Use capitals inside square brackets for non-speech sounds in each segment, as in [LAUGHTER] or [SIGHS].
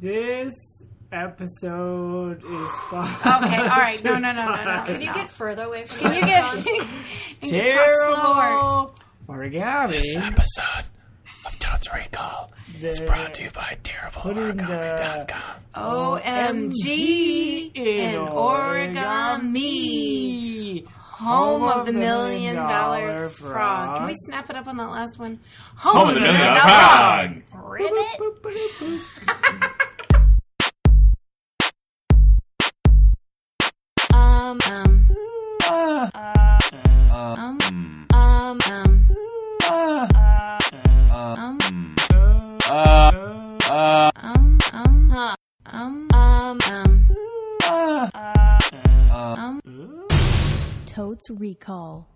This episode is fine. Okay, all right. No, no, no, no, no. Can Can you get further away from Can the you get microphone? [LAUGHS] can you talk slower? terrible origami? episode of Todd's Recall It's you by TerribleOrigami.com. OMG in origami, home of the million dollar frog. Can we snap it up on that last one? Home, Home of the Million Dollar Frog. Ribbit? Um, Um, um, um, um, um, um, um, huh. um, Um, um. Totes Recall.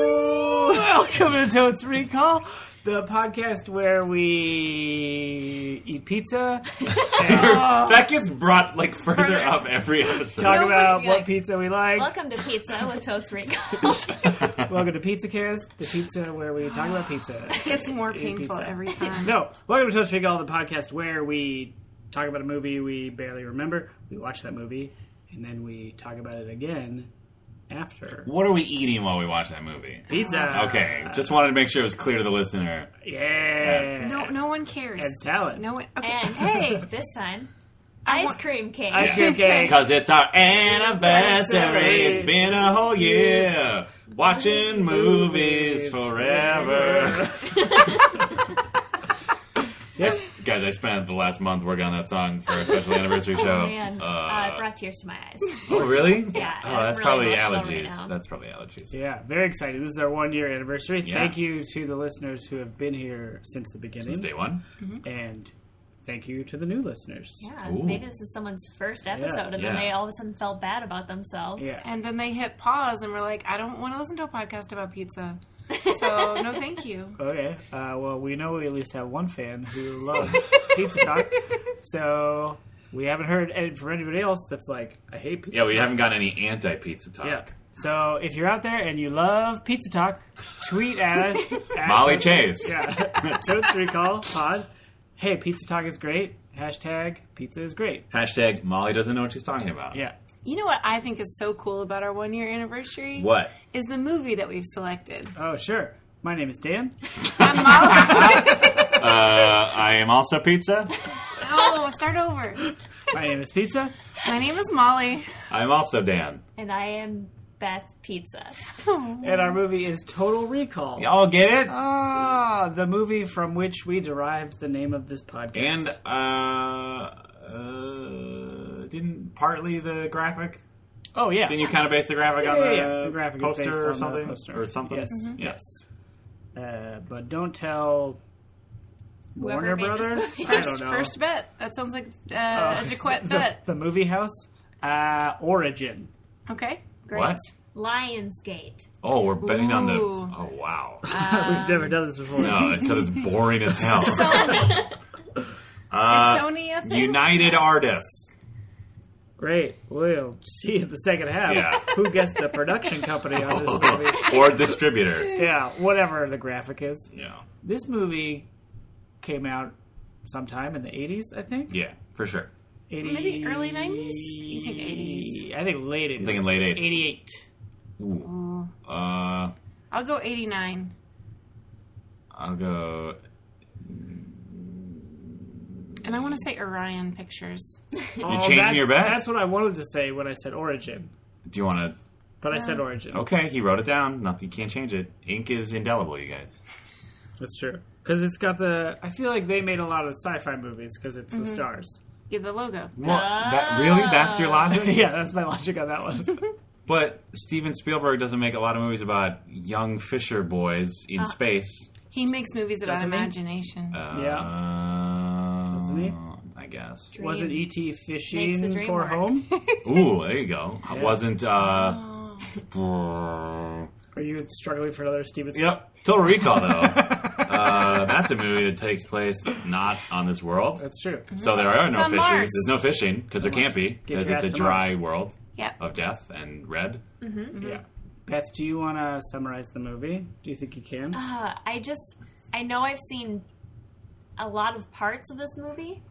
Welcome to Totes Recall, the podcast where we eat pizza, [LAUGHS] that gets brought [LAUGHS] like further Further. up every episode. talk [LAUGHS] No, about we're what like- pizza we like. Welcome, Welcome to Pizza with Totes Recall. to Pizza Cares, the pizza where we talk about pizza. It's more Eat painful pizza. every time. No, welcome to Toast Recall, the podcast where we talk about a movie we barely remember. We watch that movie and then we talk about it again after [LAUGHS] what are we eating while we watch that movie? pizza. Uh, Okay, just wanted to make sure it was clear to the listener. Yeah. No, no one cares. And salad. No one. Okay. [LAUGHS] and Hey, this time, ice want- cream cake. Ice cream cake. Because it's our anniversary. It's been a whole year. Watching [LAUGHS] movies forever. Yes. Guys, I spent the last month working on that song for a special anniversary Oh show. man, uh, Uh, it brought tears to my eyes. [LAUGHS] oh, really? Yeah, Oh, that's I'm really probably emotional right allergies. now. that's probably [LAUGHS] allergies. Yeah, very exciting. This is our one year anniversary. Yeah. Thank you to the listeners who have been here since the beginning. It's day one. And thank you to the new listeners. Yeah, Ooh. maybe this is someone's first episode, and then Yeah. they all of a sudden felt bad about themselves. Yeah. and then they hit pause and we're like, I don't want to listen to a podcast about pizza. So no, thank you. Okay. Uh, well, we know we at least have one fan [LAUGHS] who loves pizza talk. So we haven't heard any, from anybody else that's like, I hate pizza. Yeah, we talk. haven't got any anti pizza talk. Yeah. So if you're out there and you love pizza talk, tweet at [LAUGHS] us. at Molly Toast- Chase. Yeah. [LAUGHS] Toast Recall Pod. Hey, pizza talk is great. Hashtag pizza is great. Hashtag Molly doesn't know what she's talking about. Yeah. You know what I think is so cool about our one year anniversary? What? Is the movie that we've selected. Oh, sure. My name is Dan. [LAUGHS] I'm Molly. Uh, I am also pizza. no, start over. My name is Pizza. My name is Molly. I'm also Dan. And I am Beth Pizza. And our movie is Total Recall. Y'all get it? Ah, the movie from which we derived the name of this podcast. and uh, uh, didn't partly the graphic? oh yeah, Didn't you kind of base the graphic on Yeah, the, yeah, yeah. The graphic is poster based or on the something? poster. Or something? Mm-hmm. Yes. Mhm. Yes. uh, but don't tell Whoever Warner made this Brothers. [LAUGHS] movie. I don't First, know. first bet. That sounds like uh, Uh, [LAUGHS] a Jaquette the, bet. the movie house uh, origin. Okay, great. What? Lionsgate. Oh, we're betting on the. Ooh. Oh, wow. Uh, [LAUGHS] We've never done this before. no, because it's boring [LAUGHS] as hell. Sony. Uh, is Sony a thing? United Artists. Great. We'll see you in the second half. Yeah. [LAUGHS] Who gets the production company on this [LAUGHS] movie? or distributor. Yeah, whatever the graphic is. Yeah. This movie came out sometime in the 80s, I think. Yeah, for sure. 80, Maybe early 90s? You think 80s? I think late 80s. I'm thinking late 80s. 88. Ooh. Ooh. Uh, I'll go 89. I'll go. And I want to say Orion Pictures. You Oh, changing that's- your bet? That's what I wanted to say when I said origin. Do you want to? But I said origin. Okay, he wrote it down. Nothing you can't change it. Ink is indelible, you guys. That's true. Because it's got the. I feel like they made a lot of sci fi movies because it's Mm-hmm. the stars. [LAUGHS] Give the logo. Well, that really that's your logic. Yeah, that's my logic on that [LAUGHS] one. But Steven Spielberg doesn't make a lot of movies about young Fisher boys Ah. in space. He makes movies about Doesn't he? imagination. Uh, Doesn't he? I guess. Dream. Wasn't E.T. Makes the E fishing dream for work. [LAUGHS] home? Ooh, there you go. I wasn't. Ah. uh Oh. brrr. Are you struggling for another Steven Spielberg? Yep. Total Recall, [LAUGHS] though. uh, that's a movie that takes place not on this world. That's true. So there are no on fishing. Mars. There's no fishing because there can't be Get because your it's a ass to dry Mars. world Yep. of death [LAUGHS] and red. Mm-hmm. Yeah. Beth, do you want to summarize the movie? Do you think you can? Uh, I just I know I've seen a lot of parts of this movie.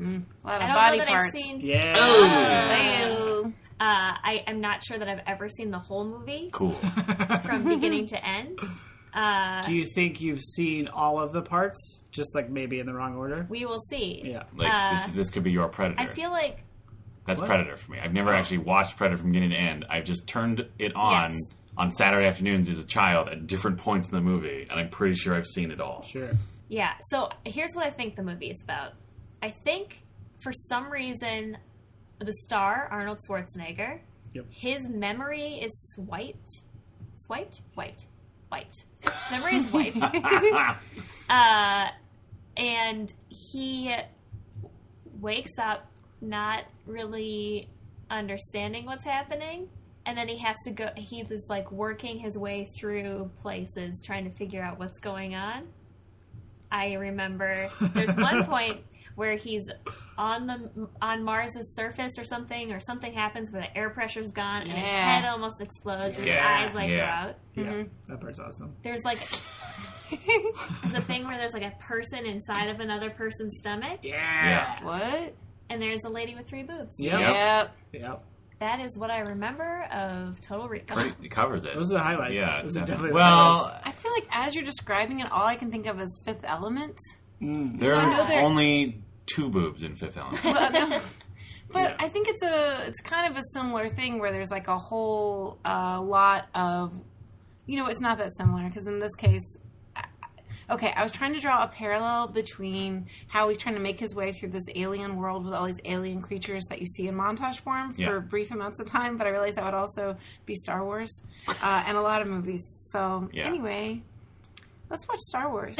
A lot I of don't body know that parts. I've seen. Yeah. Oh! Ew. Uh, I am not sure that I've ever seen the whole movie Cool. from beginning to end. Uh, [LAUGHS] Do you think you've seen all of the parts? Just like maybe in the wrong order? we will see. Yeah. Like Uh, this, this could be your Predator. I feel like That's What? Oh. Predator for me. I've never actually watched Predator from beginning to end. I've just turned it on Yes. on Saturday afternoons as a child at different points in the movie, and I'm pretty sure I've seen it all. Sure. Yeah. So here's what I think the movie is about. I think for some reason, the star Arnold Schwarzenegger, Yep. his memory is swiped, swiped, wiped, wiped. His memory is wiped, Ah, uh, and he wakes up not really understanding what's happening. And then he has to go. He is like working his way through places, trying to figure out what's going on. I remember there's one point where he's on the on Mars's surface or something, or something happens where the air pressure's gone and his Yeah. head almost explodes, and his Yeah, eyes like yeah. go out. Yeah. Mm-hmm. That part's awesome. There's like there's a thing where there's like a person inside of another person's stomach, Yeah. what? and there's a lady with three boobs. Yep. Yep. Yep. Yep. That is what I remember of Total Recall. great. It covers it. Those are the highlights. yeah, Those are definitely definitely. the Well, I feel like as you're describing it, all I can think of is Fifth Element. Mm. there I know are they're- only two boobs in Fifth [LAUGHS] Element. Well, no. [LAUGHS] But Yeah. I think it's a it's kind of a similar thing where there's like a whole uh, lot of you know it's not that similar because in this case I- okay I was trying to draw a parallel between how he's trying to make his way through this alien world with all these alien creatures that you see in montage form for Yeah. brief amounts of time but I realized that would also be Star Wars uh, and a lot of movies so Yeah. anyway let's watch Star Wars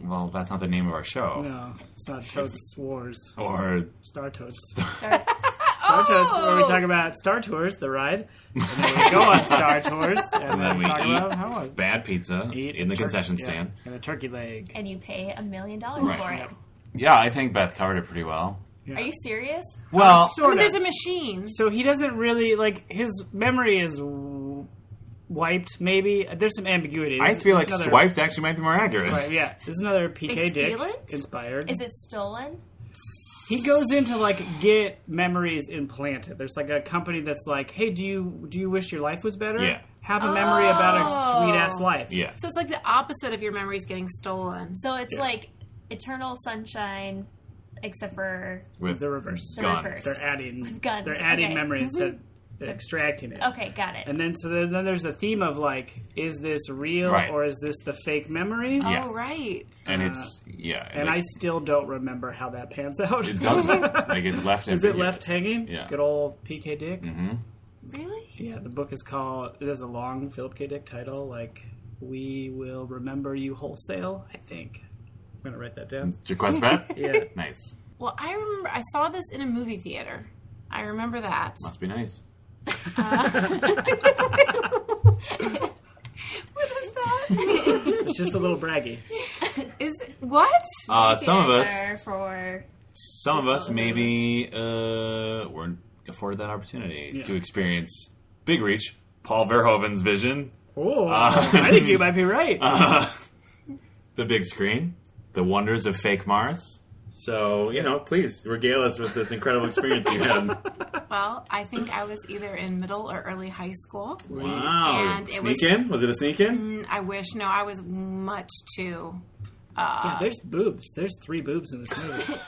well, that's not the name of our show. No, it's [LAUGHS] not Totes Wars. Or Star [LAUGHS] Totes. [LAUGHS] Sorry. Star Tours, where we Oh! talk about Star Tours, the ride, and then [LAUGHS] we go on Star Tours, and then then we we talk eat- about how was bad pizza in the concession stand. and a turkey leg. and you pay a million dollars Right. for it. Yeah, I think Beth covered it pretty well. Yeah. Are you serious? Well, I Sort mean, of. there's a machine so he doesn't really like his memory is w- wiped. Maybe there's some ambiguity. I This is- feel this like is another- swiped actually might be more accurate. Right, yeah, this is another PK They Dick steal it? inspired. Is it stolen? he goes in to like get memories implanted. There's like a company that's like, hey, do you do you wish your life was better? Yeah. Have a memory about a sweet ass life. Yeah. so it's like the opposite of your memories getting stolen So it's Yeah. like Eternal Sunshine, except for With the reverse. the Guns. reverse. They're adding guns, They're adding okay. memory instead of extracting it. Okay, got it. And then so there, then there's a theme of like, is this real Right. or is this the fake memory? Yeah. Oh right. and Uh, it's yeah, and like, I still don't remember how that pans [LAUGHS] out. it doesn't like it's left. is it ambiguous. left hanging? Yeah. [LAUGHS] Good old PK Dick. Really? Yeah, the book is called. It has a long Philip K. Dick title, like "We Will Remember You Wholesale." I think I'm gonna write that down. Did you quest Beth? [LAUGHS] Yeah. Nice. Well, I remember I saw this in a movie theater. I remember that. [LAUGHS] Must be nice. What is that? It's just a little [LAUGHS] braggy. is it, what? Uh, Thank you, some of us, Ezra, for some of us maybe uh, weren't afforded that opportunity Yeah. to experience Big Reach, Paul Verhoeven's vision, Oh, Uh, I think you might be [LAUGHS] right. uh, [LAUGHS] the big screen, the wonders of fake Mars. So you know, please regale us with this incredible experience you [LAUGHS] had. well, I think I was either in middle or early high school. Wow, And it sneak was- in? Was it a sneak in? Mm, I wish. No, I was much too. yeah, there's boobs. There's three boobs in this movie. [LAUGHS]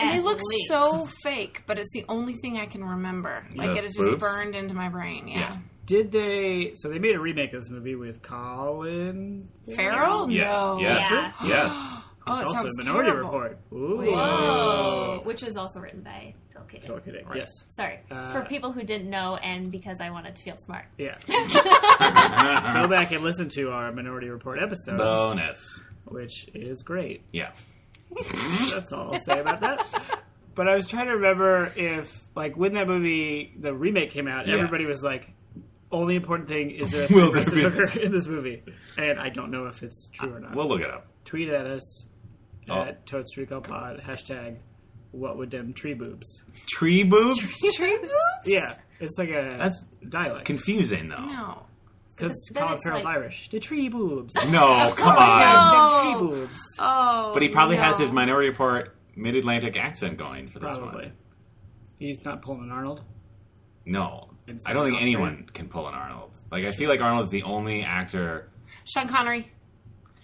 And they At look least. so fake, but it's the only thing I can remember. Like The it is just boobs? burned into my brain. Yeah. Did they? So they made a remake of this movie with Colin. Feral? Yeah. No. Yes. Yeah. Yes. Oh, it also sounds a Minority terrible. Report. Ooh. Wait. Whoa, which was also written by Phil K. Dick. Philip K. Dick, Yes. Sorry Uh, for people who didn't know, and because I wanted to [LAUGHS] feel smart. Yeah. Go back and listen to our Minority Report episode, [LAUGHS] Bonus. which is great. Yeah. That's all I'll say about that. But I was trying to remember if, like, when that movie, the remake came out, Yeah. everybody was like, only important thing is there a [LAUGHS] Will three-breasted there be- hooker in this movie. And I don't know if it's true or not. We'll look it up. Tweet at us Oh. at Totes Recall Pod, hashtag what would them tree boobs. Tree boobs? Tree boobs? Yeah, it's like a [LAUGHS] That's dialect. confusing though. No. Because then Colin it's Farrell's like- Irish. The tree boobs. No, come The on. tree No. boobs. Oh, But he probably has no. his Minority Report mid Atlantic accent going for this Probably. one. He's not pulling an Arnold. No. It's I don't think not Australian. anyone can pull an Arnold. Like, I feel like Arnold's the only actor. Sean Connery.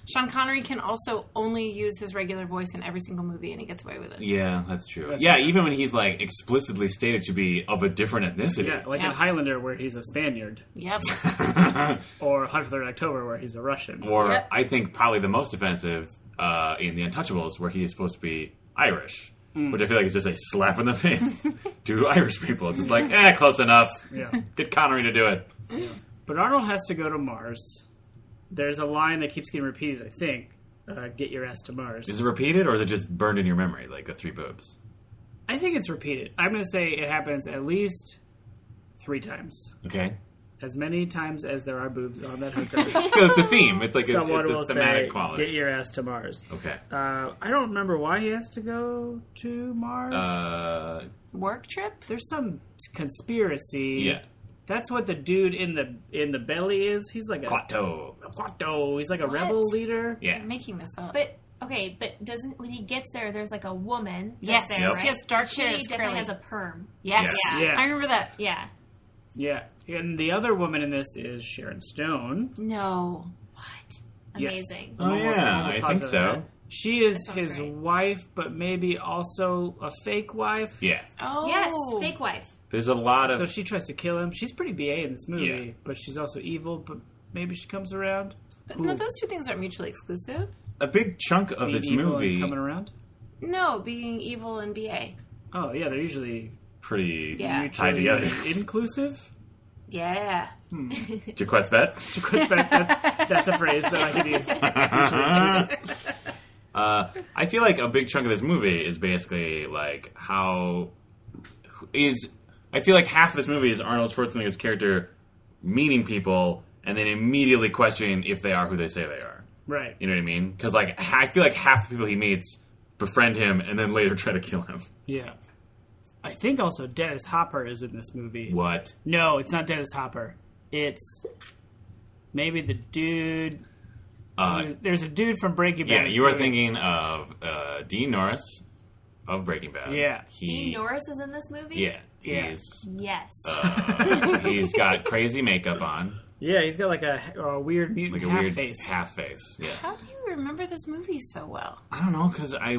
Sean Connery can also only use his regular voice in every single movie, and he gets away with it. Yeah, that's true. That's yeah, even when he's, like, explicitly stated to be of a different ethnicity. Yeah, like in Yeah. Highlander, where he's a Spaniard, Yep. or Hunt for the Red October, where he's a Russian. [LAUGHS] or, Yep. I think, probably the most offensive uh, in The Untouchables, where he is supposed to be Irish. Hmm. Which I feel like is just a slap in the face to Irish people. It's just like, eh, close enough. Yeah. Get Connery to do it. But Arnold has to go to Mars. There's a line that keeps getting repeated, I think. Uh, get your ass to Mars. Is it repeated or is it just burned in your memory, like the three boobs? I think it's repeated. I'm going to say it happens at least three times. Okay. As many times as there are boobs on that hooker, [LAUGHS] it's a theme. [LAUGHS] It's like a, someone it's a will thematic say, quality. get your ass to Mars. okay. Uh, I don't remember why he has to go to Mars. Uh, Work trip? There's some conspiracy. yeah. That's what the dude in the in the belly is. He's like a Quato. Quato. He's like a rebel leader. Yeah. I'm making this up. [LAUGHS] But okay, but doesn't when he gets there, there's like a woman. yes, that's there, Yep. right? she has dark She hair. It's definitely curly. has a perm. yes. Yes. Yeah. I remember that. Yeah, Yeah. And the other woman in this is Sharon Stone. No. Yes. amazing. Oh, yeah, I think positive so. of that. She is sounds his right. wife, but maybe also a fake wife. Yeah. Oh. Yes, fake wife. There's a lot So of. she tries to kill him. She's pretty BA in this movie, Yeah. but she's also evil, but maybe she comes around. No, those two things aren't mutually exclusive. A big chunk of this evil and movie. coming around. No, being evil and BA. Oh yeah, they're usually Pretty. Yeah. Tied together. [LAUGHS] [LAUGHS] inclusive. Yeah. Jaquette's bet. Quick back, that's, that's a phrase that I could use. uh, [LAUGHS] I feel like a big chunk of this movie is basically like how is I feel like half of this movie is Arnold Schwarzenegger's character meeting people and then immediately questioning if they are who they say they are. Right. You know what I mean? Because like ha- I feel like half the people he meets befriend him and then later try to kill him. Yeah. I think also Dennis Hopper is in this movie. What? No, it's not Dennis Hopper. It's maybe the dude. Uh, There's a dude from Breaking Bad. yeah, in this you are movie. thinking of uh, Dean Norris of Breaking Bad. Yeah. he, Dean Norris is in this movie. Yeah, Yeah. he's uh, Yes. he's got crazy makeup on, Yeah, he's got like a, a weird mutant like a half weird face. half face. Yeah, How do you remember this movie so well? I don't know because I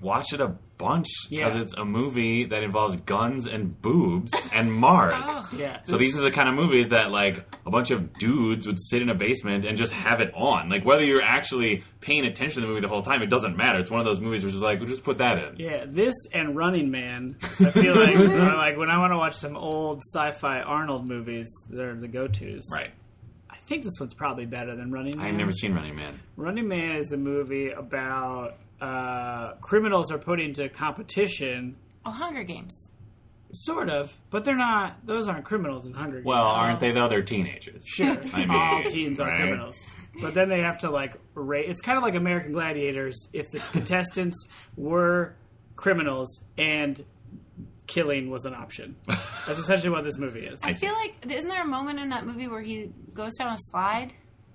watch it a bunch because Yeah. it's a movie that involves guns and boobs and Mars. yeah. So these are the kind of movies that like a bunch of dudes would sit in a basement and just have it on. Like whether you're actually paying attention to the movie the whole time, it doesn't matter. It's one of those movies which is like, we'll just put that in. yeah, this and Running Man. [LAUGHS] I feel like are like when I want to watch some old sci-fi Arnold movies, they're the go-tos. Right. I think this one's probably better than Running Man. I've never seen Running Man. Running Man is a movie about uh, criminals are put into competition, Oh, Hunger Games. sort of, but they're not. Those aren't criminals in Hunger Games. Well, aren't they though? They're teenagers. Um, [LAUGHS] Sure. I mean, all teens are right? criminals. But then they have to like ra It's kind of like American Gladiators. If the contestants were criminals and killing was an option, that's essentially what this movie is. I feel like isn't there a moment in that movie where he goes down a slide?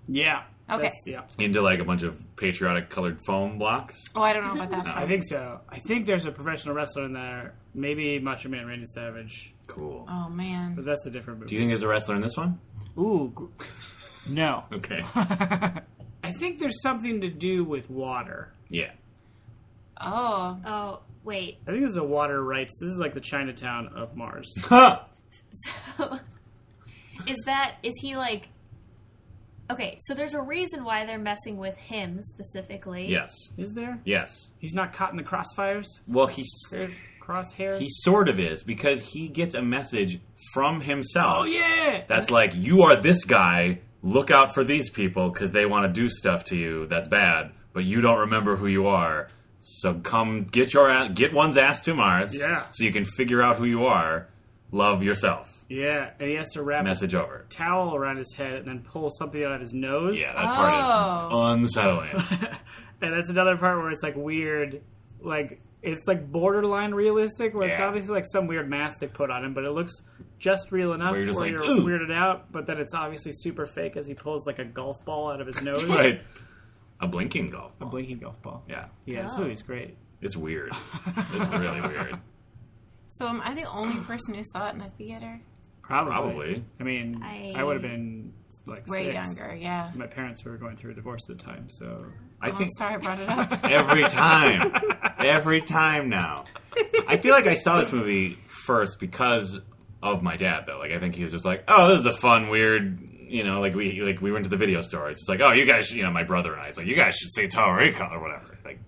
yeah. Okay. That's- Yeah. [LAUGHS] Into like a bunch of patriotic colored foam blocks. Oh, I don't know about that. I think so. I think there's a professional wrestler in there. Maybe Macho Man Randy Savage, Cool. Um, Oh man. but that's a different movie. Do you think there's a wrestler in this one? Ooh. gr- [LAUGHS] No. Okay. I think there's something to do with water. yeah. Oh, oh wait. [LAUGHS] I think this is a water rights. This is like the Chinatown of Mars. Huh. So is that is he like? Okay, so there's a reason why they're messing with him specifically. Yes. Is there? Yes. He's not caught in the crossfires. Well, he's crosshairs. he sort of is because he gets a message from himself. oh yeah. That's like you are this guy. Look out for these people because they want to do stuff to you that's bad, but you don't remember who you are. So come get your ass, get one's ass to Mars. Yeah. So you can figure out who you are. Love yourself. Yeah, and he has to wrap a Message over. towel around his head and then pull something out of his nose. Yeah, that Oh. part is unsettling. [LAUGHS] And that's another part where it's like weird, like it's like borderline realistic, where it's Yeah. obviously like some weird mask they put on him, but it looks just real enough Where you're just where like, you're "Ooh." weirded out. But then it's obviously super fake as he pulls like a golf ball out of his nose, [LAUGHS] Right. A blinking golf a ball. blinking golf ball. yeah. Yeah, this Oh. movie's great. It's weird. It's really weird. So am I the only person who saw it in a theater? Probably. Probably. I mean, I, I- would have been like Way six. younger, yeah. My parents were going through a divorce at the time, so I [LAUGHS] Oh, I'm think sorry I brought it up. every [LAUGHS] time. Every time now. I feel like I saw this movie first because of my dad though. Like I think he was just like, "Oh, this is a fun weird, you know, like we like we went to the video store. It's just like, "Oh, you guys, should, you know, my brother and I. It's like, "You guys should see Tower Recall or whatever." Like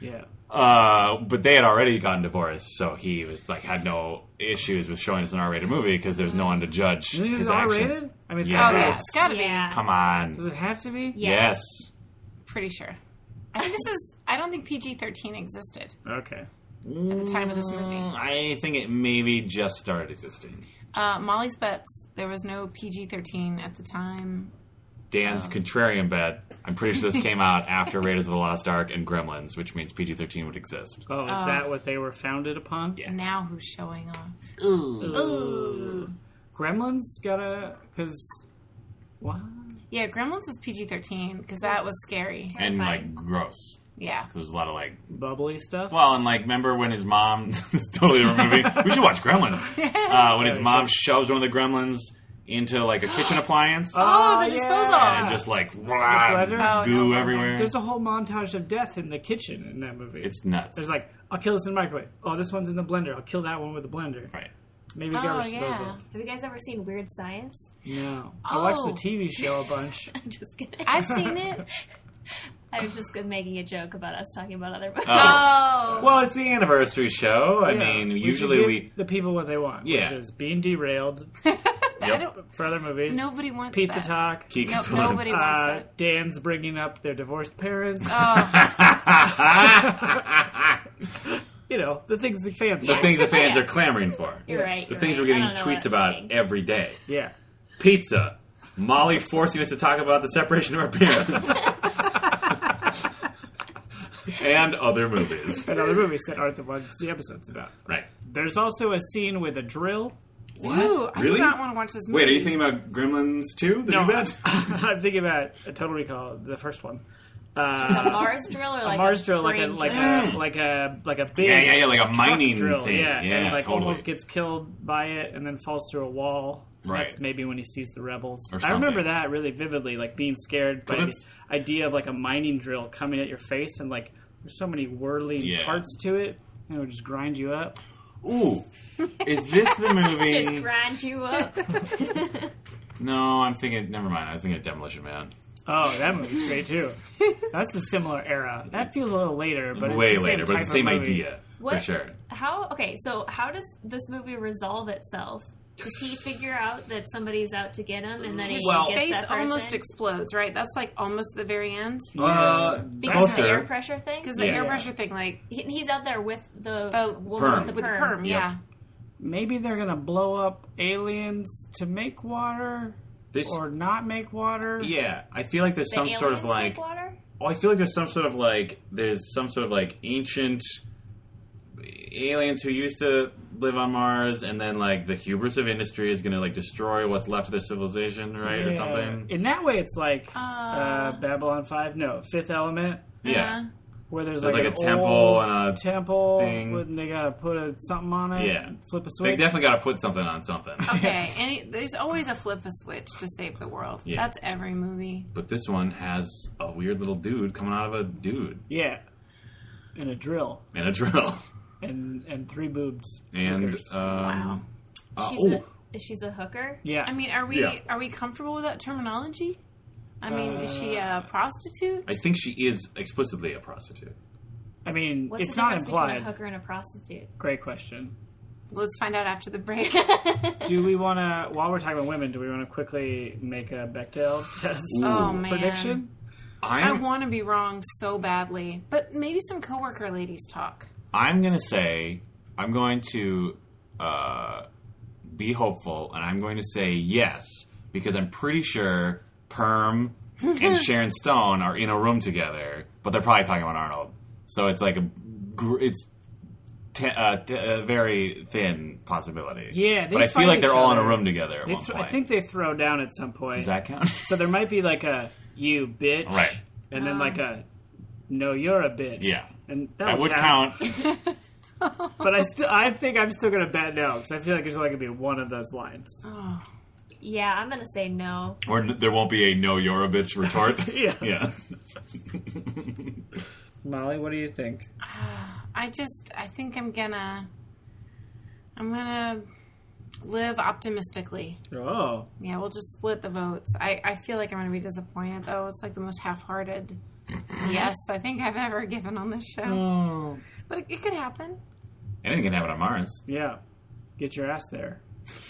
yeah. uh, but they had already gotten divorced, so he was like had no issues with showing us an R-rated movie because there's no one to judge. This his is action. R-rated. I mean, it's Yeah. Oh gotta be. yeah, it's gotta Yeah. be. Come on. Does it have to be? Yes. Pretty sure. I think this is. I don't think PG thirteen existed. Okay. the time of this movie. Mm, I think it maybe just started existing. Uh, Molly's bets. There was no PG thirteen at the time. Dan's contrarian bet. I'm pretty sure [LAUGHS] this came out after Raiders of the Lost Ark and Gremlins, which means PG-13 would exist. Oh, is that what they were founded upon? Yeah. Now who's showing off? Ooh. Gremlins gotta because what? Yeah, Gremlins was PG thirteen because that was scary. And like Terrifying. gross. Yeah. There's a lot of like. bubbly stuff. Well, and like, remember when his mom? [LAUGHS] this is totally a different movie. We should [LAUGHS] watch Gremlins. Uh, when his we mom shoves one of the Gremlins into like a kitchen appliance. Oh, the yeah. disposal. uh, Ah. and just like rah, leather? Oh, goo no, everywhere. There's a whole montage of death in the kitchen in that movie. It's nuts. there's like I'll kill this in the microwave. Oh, this one's in the blender. I'll kill that one with the blender. right. Maybe Oh, garbage yeah. disposal. Have you guys ever seen Weird Science? No, I watched the Oh. TV show a bunch. [LAUGHS] I'm just kidding. I've seen it. I was just good- making a joke about us talking about other movies. Oh. Well, it's the anniversary show. I Yeah, mean, we should usually give we. the people what they want, Yeah. which is being derailed [LAUGHS] I don't, for other movies, nobody wants pizza that. talk, Keep [LAUGHS] No, going. nobody [LAUGHS] uh, wants Dan's bringing up their divorced parents. that. [LAUGHS] Oh, you know the things the fans the like. things the fans are clamoring for. [LAUGHS] You're right. The you're things right. we're getting I don't know what tweets I'm about thinking. every day. Yeah. Pizza. Molly forcing us to talk about the separation of [LAUGHS] our parents. and other movies. and other movies that aren't the ones the episode's about. Right. There's also a scene with a drill. ooh, I Really? do not want to watch this movie. Wait, are you thinking about Gremlins 2? The new batch? [LAUGHS] I'm thinking about a Total Recall, the first one. A Uh, Mars drill or like Mars drill, like a brain like a drill? like a like a big Yeah, yeah, yeah, like a truck mining drill, thing. yeah, Yeah, and like totally. almost gets killed by it and then falls through a wall. And Right. That's maybe when he sees the rebels. Or I remember something. that really vividly, like being scared by Well, the that's- idea of like a mining drill coming at your face and like there's so many whirling Yeah. parts to it and it would just grind you up. Ooh. Is this [LAUGHS] just the movie? grind you [LAUGHS] up. No, I'm thinking. Never mind. I was thinking of Demolition Man. Oh, that movie's great [LAUGHS] too. That's a similar era. That feels a little later, but it's Way the same later, but type it's the same of movie. idea. For What- sure. How? Okay, so how does this movie resolve itself? Does he figure out that somebody's out to get him, and then he His Well- gets face that person almost explodes, right? That's like almost the very end Uh, because of the air pressure thing? because the Yeah. air Yeah. pressure thing, like He- he's out there with the Uh, woman Perm. with the with the perm. perm, Yep. yeah. Maybe they're gonna blow up aliens to make water, This- or not make water. Yeah, I feel like there's The some sort aliens of make like. water? Oh, I feel like there's some sort of like there's some sort of like ancient aliens who used to live on Mars, and then like the hubris of industry is going to like destroy what's left of their civilization, right, or Yeah. something. Uh-huh. In that way, it's like uh, Uh. Babylon Five, no Fifth Element, Yeah, where there's, There's like, like an a temple old and a temple, thing. with- and they gotta put a, something on it. Yeah. and flip a they switch. definitely got to put something on something. [LAUGHS] Uh, okay, and it, there's always a flip a switch to save the world. Yeah. That's every movie. But this one has a weird little dude coming out of a dude yeah, and a drill and a drill [LAUGHS] and and three boobs and um, Hookers. Wow. uh, She's oh, a she's a hooker. yeah. I mean, are we Yeah. are we comfortable with that terminology? I mean, is she a prostitute? I think she is explicitly a prostitute. I mean, What's it's the not difference implied. between a hooker and a [LAUGHS] prostitute? Great question. Let's find out after the break. [LAUGHS] Do we want to, while we're talking about women, do we want to quickly make a Bechdel test Oh, man. prediction? I I'm want to be wrong so badly, but maybe some coworker ladies talk. I'm gonna say I'm going to uh, be hopeful, and I'm going to say yes because I'm pretty sure Perm [LAUGHS] and Sharon Stone are in a room together, but they're probably talking about Arnold. So it's like a gr- it's te- uh, t- a very thin possibility. Yeah, they but I fight feel like they're each all in a other. room together at They one th- point. I think they throw down at some point. Does that count? [LAUGHS] So there might be like a you bitch, Right. And then like a no, you're a bitch. [LAUGHS] Yeah. and that, that [LAUGHS] would count. But I still, I think I'm still gonna bet no because I feel like there's only gonna be one of those lines. Yeah, I'm gonna say no. or n- there won't be a no, you're a [LAUGHS] bitch retort. Yeah. yeah. Molly, what do you think? I just I think I'm gonna I'm gonna live optimistically. Oh, Yeah, we'll just split the votes. I, I feel like I'm gonna be disappointed though. It's like the most [LAUGHS] half hearted yes I think I've ever given on this show. oh, But it, it could happen. Anything can happen on Mars. yeah. Get your ass there.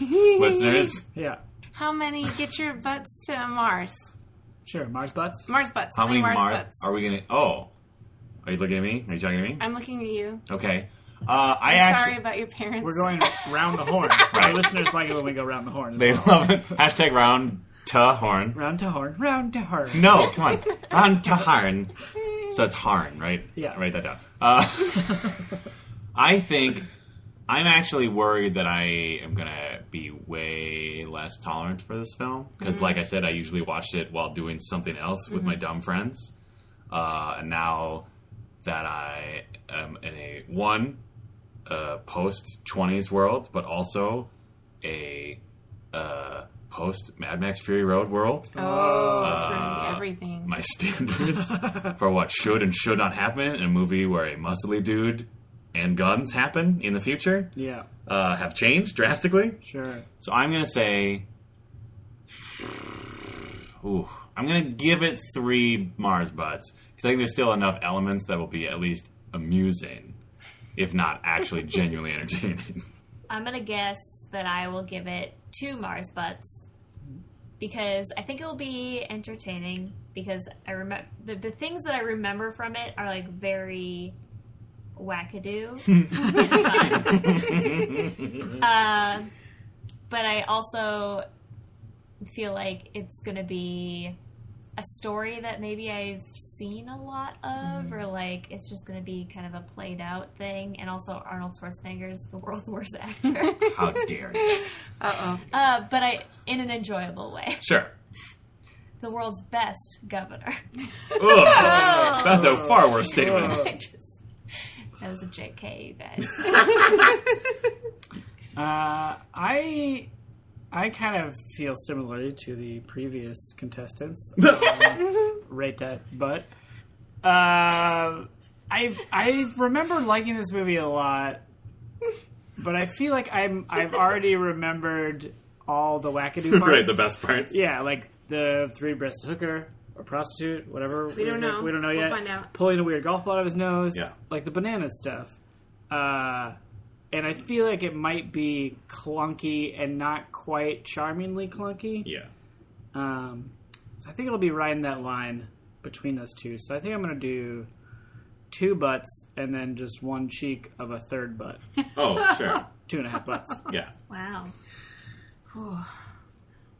Listeners, Yeah, How many get your butts to Mars? sure. Mars butts. Mars butts. how many Mars Mars butts? are we going to. Oh. Are you looking at me? Are you talking to me? I'm looking at you. Okay. Uh, I I'm actually. sorry about your parents. We're going round the horn. Our listeners like it when we go round the horn. They [LAUGHS] love it. Hashtag round to horn. round to horn, round to horn. No, come on. Round to harn. So it's harn, right? Yeah. Write that down. Uh, [LAUGHS] I think I'm actually worried that I am going to be way less tolerant for this film. Because, like I said, I usually watched it while doing something else with my dumb friends. Uh, and now that I am in a one uh, post twenties world, but also a uh, post Mad Max Fury Road world. Oh, it's Uh, ruining everything. My [LAUGHS] standards for what should and should not happen in a movie where a muscly dude and guns happen in the future Yeah, uh, have changed drastically. sure. So I'm gonna say, [SIGHS] ooh, I'm gonna give it three Mars butts. 'Cause I think there's still enough elements that will be at least amusing, if not actually genuinely entertaining. I'm gonna guess that I will give it two Mars butts because I think it will be entertaining. Because I remember the, the things that I remember from it are like very wackadoo. uh, but I also feel like it's gonna be a story that maybe I've seen a lot of, or like it's just gonna be kind of a played out thing. And also, Arnold Schwarzenegger's the world's worst actor. How dare you? Uh oh. Uh, but I, in an enjoyable way, [LAUGHS] Sure. the world's best governor. [LAUGHS] Ugh, that's a far worse [LAUGHS] statement. Ugh. I just, that was a JK, [LAUGHS] you guys. Uh, I I kind of feel similarly to the previous contestants. [LAUGHS] Um, rate that, but uh, I I remember liking this movie a lot, but I feel like I'm I've already remembered all the wackadoo parts. [LAUGHS] right, the best parts. Yeah, like the three-breasted hooker or prostitute, whatever. We don't know. We don't know We'll yet. find out. Pulling a weird golf ball out of his nose. Yeah. Like the banana stuff. Uh, and I feel like it might be clunky and not quite charmingly clunky. Yeah. Um, so I think it'll be right in that line between those two. So I think I'm going to do two butts and then just one cheek of a third butt. Oh, [LAUGHS] sure. two and a half [LAUGHS] butts. Yeah. Wow. Uh,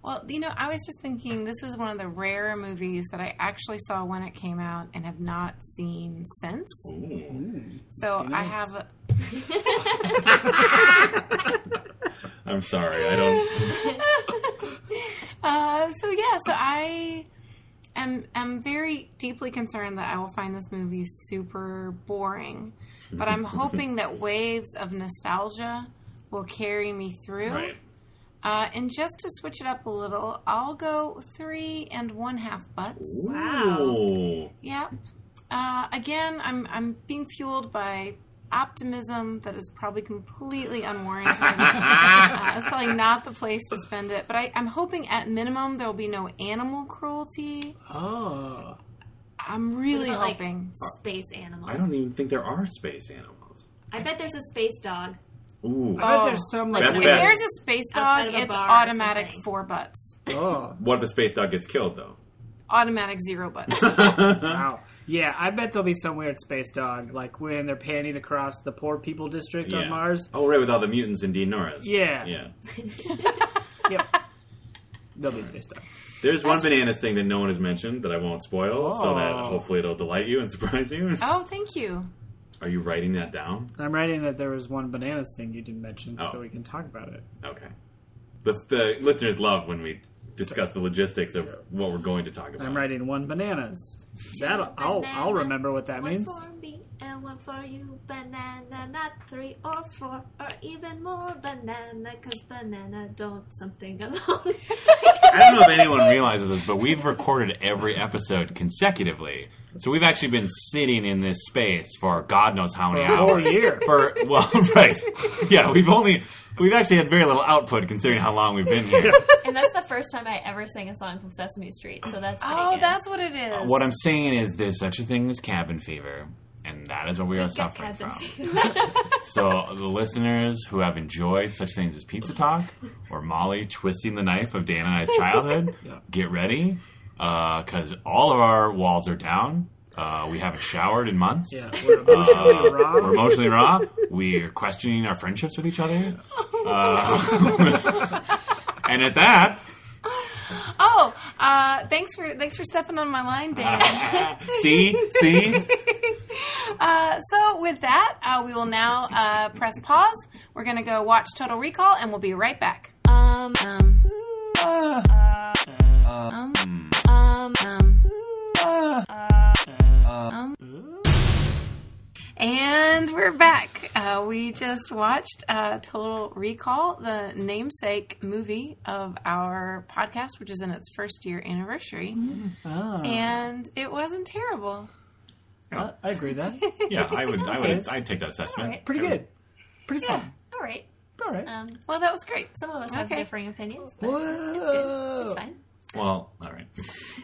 Well, you know, I was just thinking this is one of the rare movies that I actually saw when it came out and have not seen since. Ooh. so be I nice. have. I'm sorry. I don't. Uh, so yeah, so I am am very deeply concerned that I will find this movie super boring, but I'm hoping that waves of nostalgia will carry me through. Right. Uh, and just to switch it up a little, I'll go three and one half butts. Wow. Ooh. Yep. Uh, again, I'm I'm being fueled by optimism that is probably completely [LAUGHS] unwarranted. uh, it's probably not the place to spend it, but I, I'm hoping at minimum there will be no animal cruelty. Oh. I'm really But, like, hoping. Uh, space animal. I I, don't even think there are space animals. bet there's a space dog. Ooh. I Oh. bet there's some like That's if bad. there's a space Outside dog, of a it's bar or automatic something. four butts, oh. What if the space dog gets killed, though? automatic zero butts. [LAUGHS] Wow. Yeah, I bet there'll be some weird space dog, like when they're panning across the poor people district Yeah. on [LAUGHS] Mars. Oh, right, with all the mutants and Dean Norris. Yeah. Yeah. Yep. there'll be space dog. There's one bananas thing that no one has mentioned that I won't spoil, so that Oh. [LAUGHS] Uh, hopefully it'll delight you and surprise you. oh, thank you. Are you writing that down? I'm writing that there was one bananas thing you didn't mention, Oh. so we can talk about it. Okay. The, the listeners love when we discuss the logistics of what we're going to talk about. I'm writing one bananas. That I'll I'll Banana. remember what that one means. for me and one for you. Banana, not three or four or even more. Banana, cause banana don't something [LAUGHS] along. I don't know if anyone realizes this, but we've recorded every episode consecutively. So we've actually been sitting in this space for God knows [LAUGHS] how many For a whole hours. year. For well, [LAUGHS] right? Yeah, we've only we've actually had very little output considering how long we've [LAUGHS] been here. and that's the first time I ever sang a song from Sesame Street. So that's pretty Oh, good. that's what it is. Uh, What I'm saying is, there's such a thing as cabin fever, and that is what we are suffering Cabin from. fever. [LAUGHS] So the listeners who have enjoyed such things as pizza talk or Molly twisting the knife of Dan and I's childhood, [LAUGHS] Yeah. get ready because all of our walls are down. Uh, we haven't showered in months. Yeah, we're emotionally Uh, raw. We're emotionally raw. We're questioning our friendships with each other. Uh, [LAUGHS] and at that, Oh, uh, thanks for thanks for stepping on my line, [LAUGHS] Dan. see, see, Uh, so with that, uh, we will now uh, press pause. We're gonna go watch Total Recall, and we'll be right back. um, Um, um, um, um, um. And we're back. Uh, we just watched uh, Total Recall, the namesake movie of our podcast, which is in its first year anniversary, Ah, and it wasn't terrible. I- I agree with that. yeah, I would, I would, I'd take that assessment. Pretty good. Pretty Yeah. fun. all right. All right. Um, Well, that was great. some of us have Okay. differing opinions, but Whoa. it's fine. Well, all right.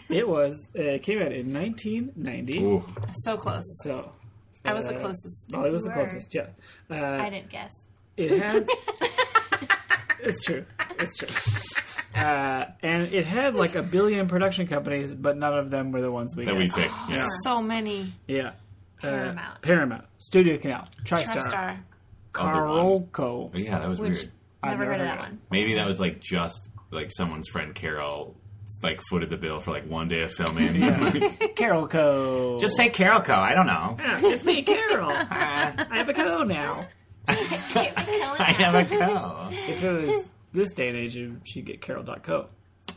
It was. Uh, it came out in 1990. Ooh, So close. So I was the uh, closest. Molly was the were. closest. Yeah. Uh, I didn't guess. It had. [LAUGHS] it's true. It's true. Uh, and it had like a billion production companies, but none of them were the ones we that we guessed. picked. Yeah. So many. Yeah. Uh, Paramount. Paramount. Studio Canal. TriStar. TriStar. Carolco. Yeah, that was Which- weird. I've Never never heard of heard that of it. one. Maybe that was like just like someone's friend Carol like footed the bill for like one day of [LAUGHS] filming. Carolco. just say Carol Co. I don't know. it's me, Carol. I have a co now. [LAUGHS] I have a co. If it was this day and age, she'd get Carol.co. Oh,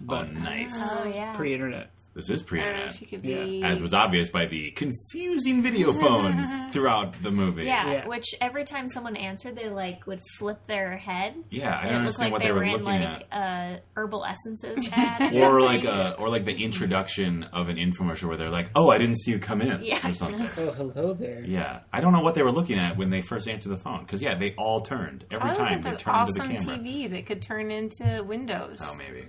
But nice. Oh yeah. pre internet. This is Uh, pre-internet, she could be. as was obvious by the confusing video phones throughout the movie. yeah, Yeah. which every time someone answered, they like would flip their head. Yeah, I And it don't looked understand like what they, they, were were in looking like at. uh, herbal essences [LAUGHS] ad, Or something. like a, or like the introduction of an infomercial where they're like, "Oh, I didn't see you come in," Yeah. or something. Oh, hello there. Yeah, I don't know what they were looking at when they first answered the phone because yeah, they all turned every I Oh, look time at they that turned to awesome the camera. TV that could turn into windows. Oh, maybe.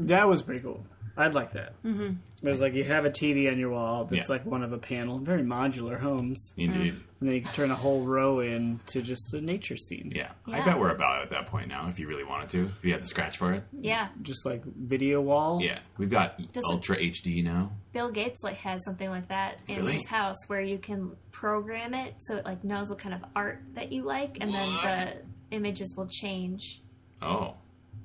That was pretty cool. I'd like that. Mm-hmm. It was like you have a TV on your wall that's Yeah. like one of a panel, very modular homes, Indeed. Mm. and then you can turn a whole row in to just a nature scene. Yeah. I Yeah. bet we're about it at that point now, if you really wanted to. If you had the scratch for it. yeah. Just like video wall. Yeah. We've got Does it- Ultra HD now. Bill Gates like has something like that in Really? his house where you can program it so it like knows what kind of art that you like, and then the images will change. Oh.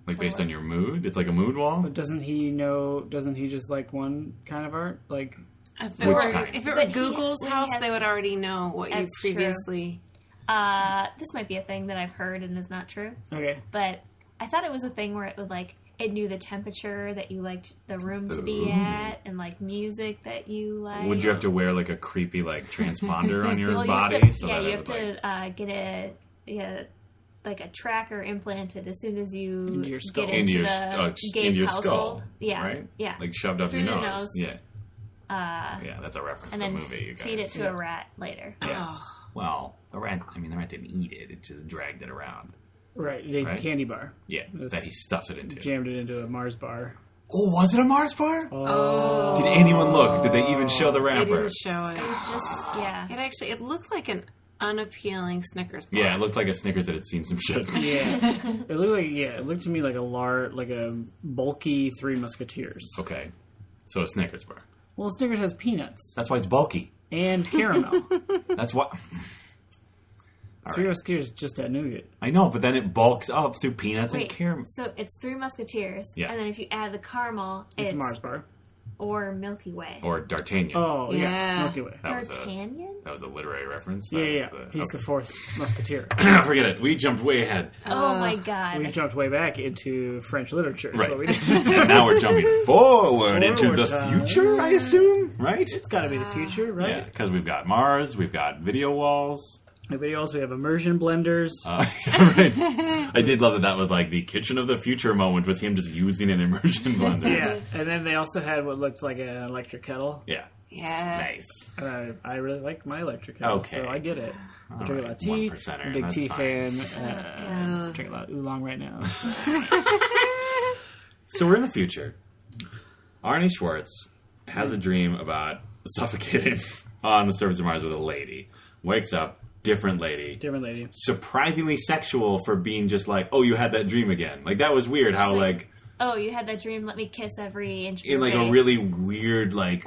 Like based on your mood? It's like a mood wall? But doesn't he know? Doesn't he just like one kind of art? Like If it Which were, kind? if it were But he- Google's when he house, has- they would already know what you That's true. previously. Uh, this might be a thing that I've heard and is not true, okay, but I thought it was a thing where it would like it knew the temperature that you liked the room to Ooh. be at, and like music that you like. Oh. Would you have to wear like a creepy like transponder on your um, [LAUGHS] Well, you have body? to- yeah, that you it have would, to uh, get a yeah, like a tracker implanted as soon as you Into your skull. get into into, your, the uh, Gates into your household. skull, Yeah, right? yeah. like shoved up Through your your nose. nose. Yeah, uh, yeah, that's a reference and to the then movie. You guys. feed it to a rat [GASPS] later. Yeah. Well, the rat. I mean, the rat didn't eat it; it just dragged it around. right? He ate Right. the candy bar, Yeah, That's- that he stuffed it into. jammed it into a Mars bar. Oh, was it a Mars bar? Oh, Did anyone look? Did they even show the They wrapper? didn't show it. It's just Oh, yeah. It actually it looked like an unappealing Snickers bar. Yeah, it looked like a Snickers that had seen [LAUGHS] some shit. yeah. it looked like yeah. It looked to me like a lar like a bulky Three Musketeers. Okay, so a Snickers bar. Well, Snickers has peanuts That's why it's bulky. and [LAUGHS] caramel. That's why. Three Musketeers just at nougat. I know, but then it bulks up through peanuts and Wait, caramel. so it's three musketeers, Yeah. and then if you add the caramel, It's a Mars bar. or Milky Way. or D'Artagnan. Oh yeah, Yeah. Milky Way. that was a D'Artagnan? that was a literary reference. That Yeah, yeah. was He's the fourth musketeer. okay. [CLEARS THROAT] forget it. We jumped way ahead. Oh my god. we jumped way back into French literature. is Right. [LAUGHS] what we did. and now we're jumping [LAUGHS] forward, into Forward the time. future, I assume, right? It's got to be the future, Yeah, right? because we've got Mars, we've got video walls. Everybody else, we have immersion blenders. Uh, [LAUGHS] [LAUGHS] right. I did love that that was like the kitchen of the future moment was him just using an immersion [LAUGHS] blender. yeah, and then they also had what looked like an electric kettle. Yeah. Yeah. Nice. And I, I really like my electric kettle, Okay. so I get it. I drink a lot of right, tea. one percenter, I'm a big that's tea fine. fan. [LAUGHS] Uh, drink a lot of oolong right [LAUGHS] now. So we're in the future. Arnie Schwartz has a dream about suffocating [LAUGHS] on the surface of Mars with a lady. Wakes up, different lady. Different lady. Surprisingly sexual for being just like, oh, you had that dream again. Like that was weird. How She's like- like Oh, you had that dream. Let me kiss every inch. in of your like a face. really weird like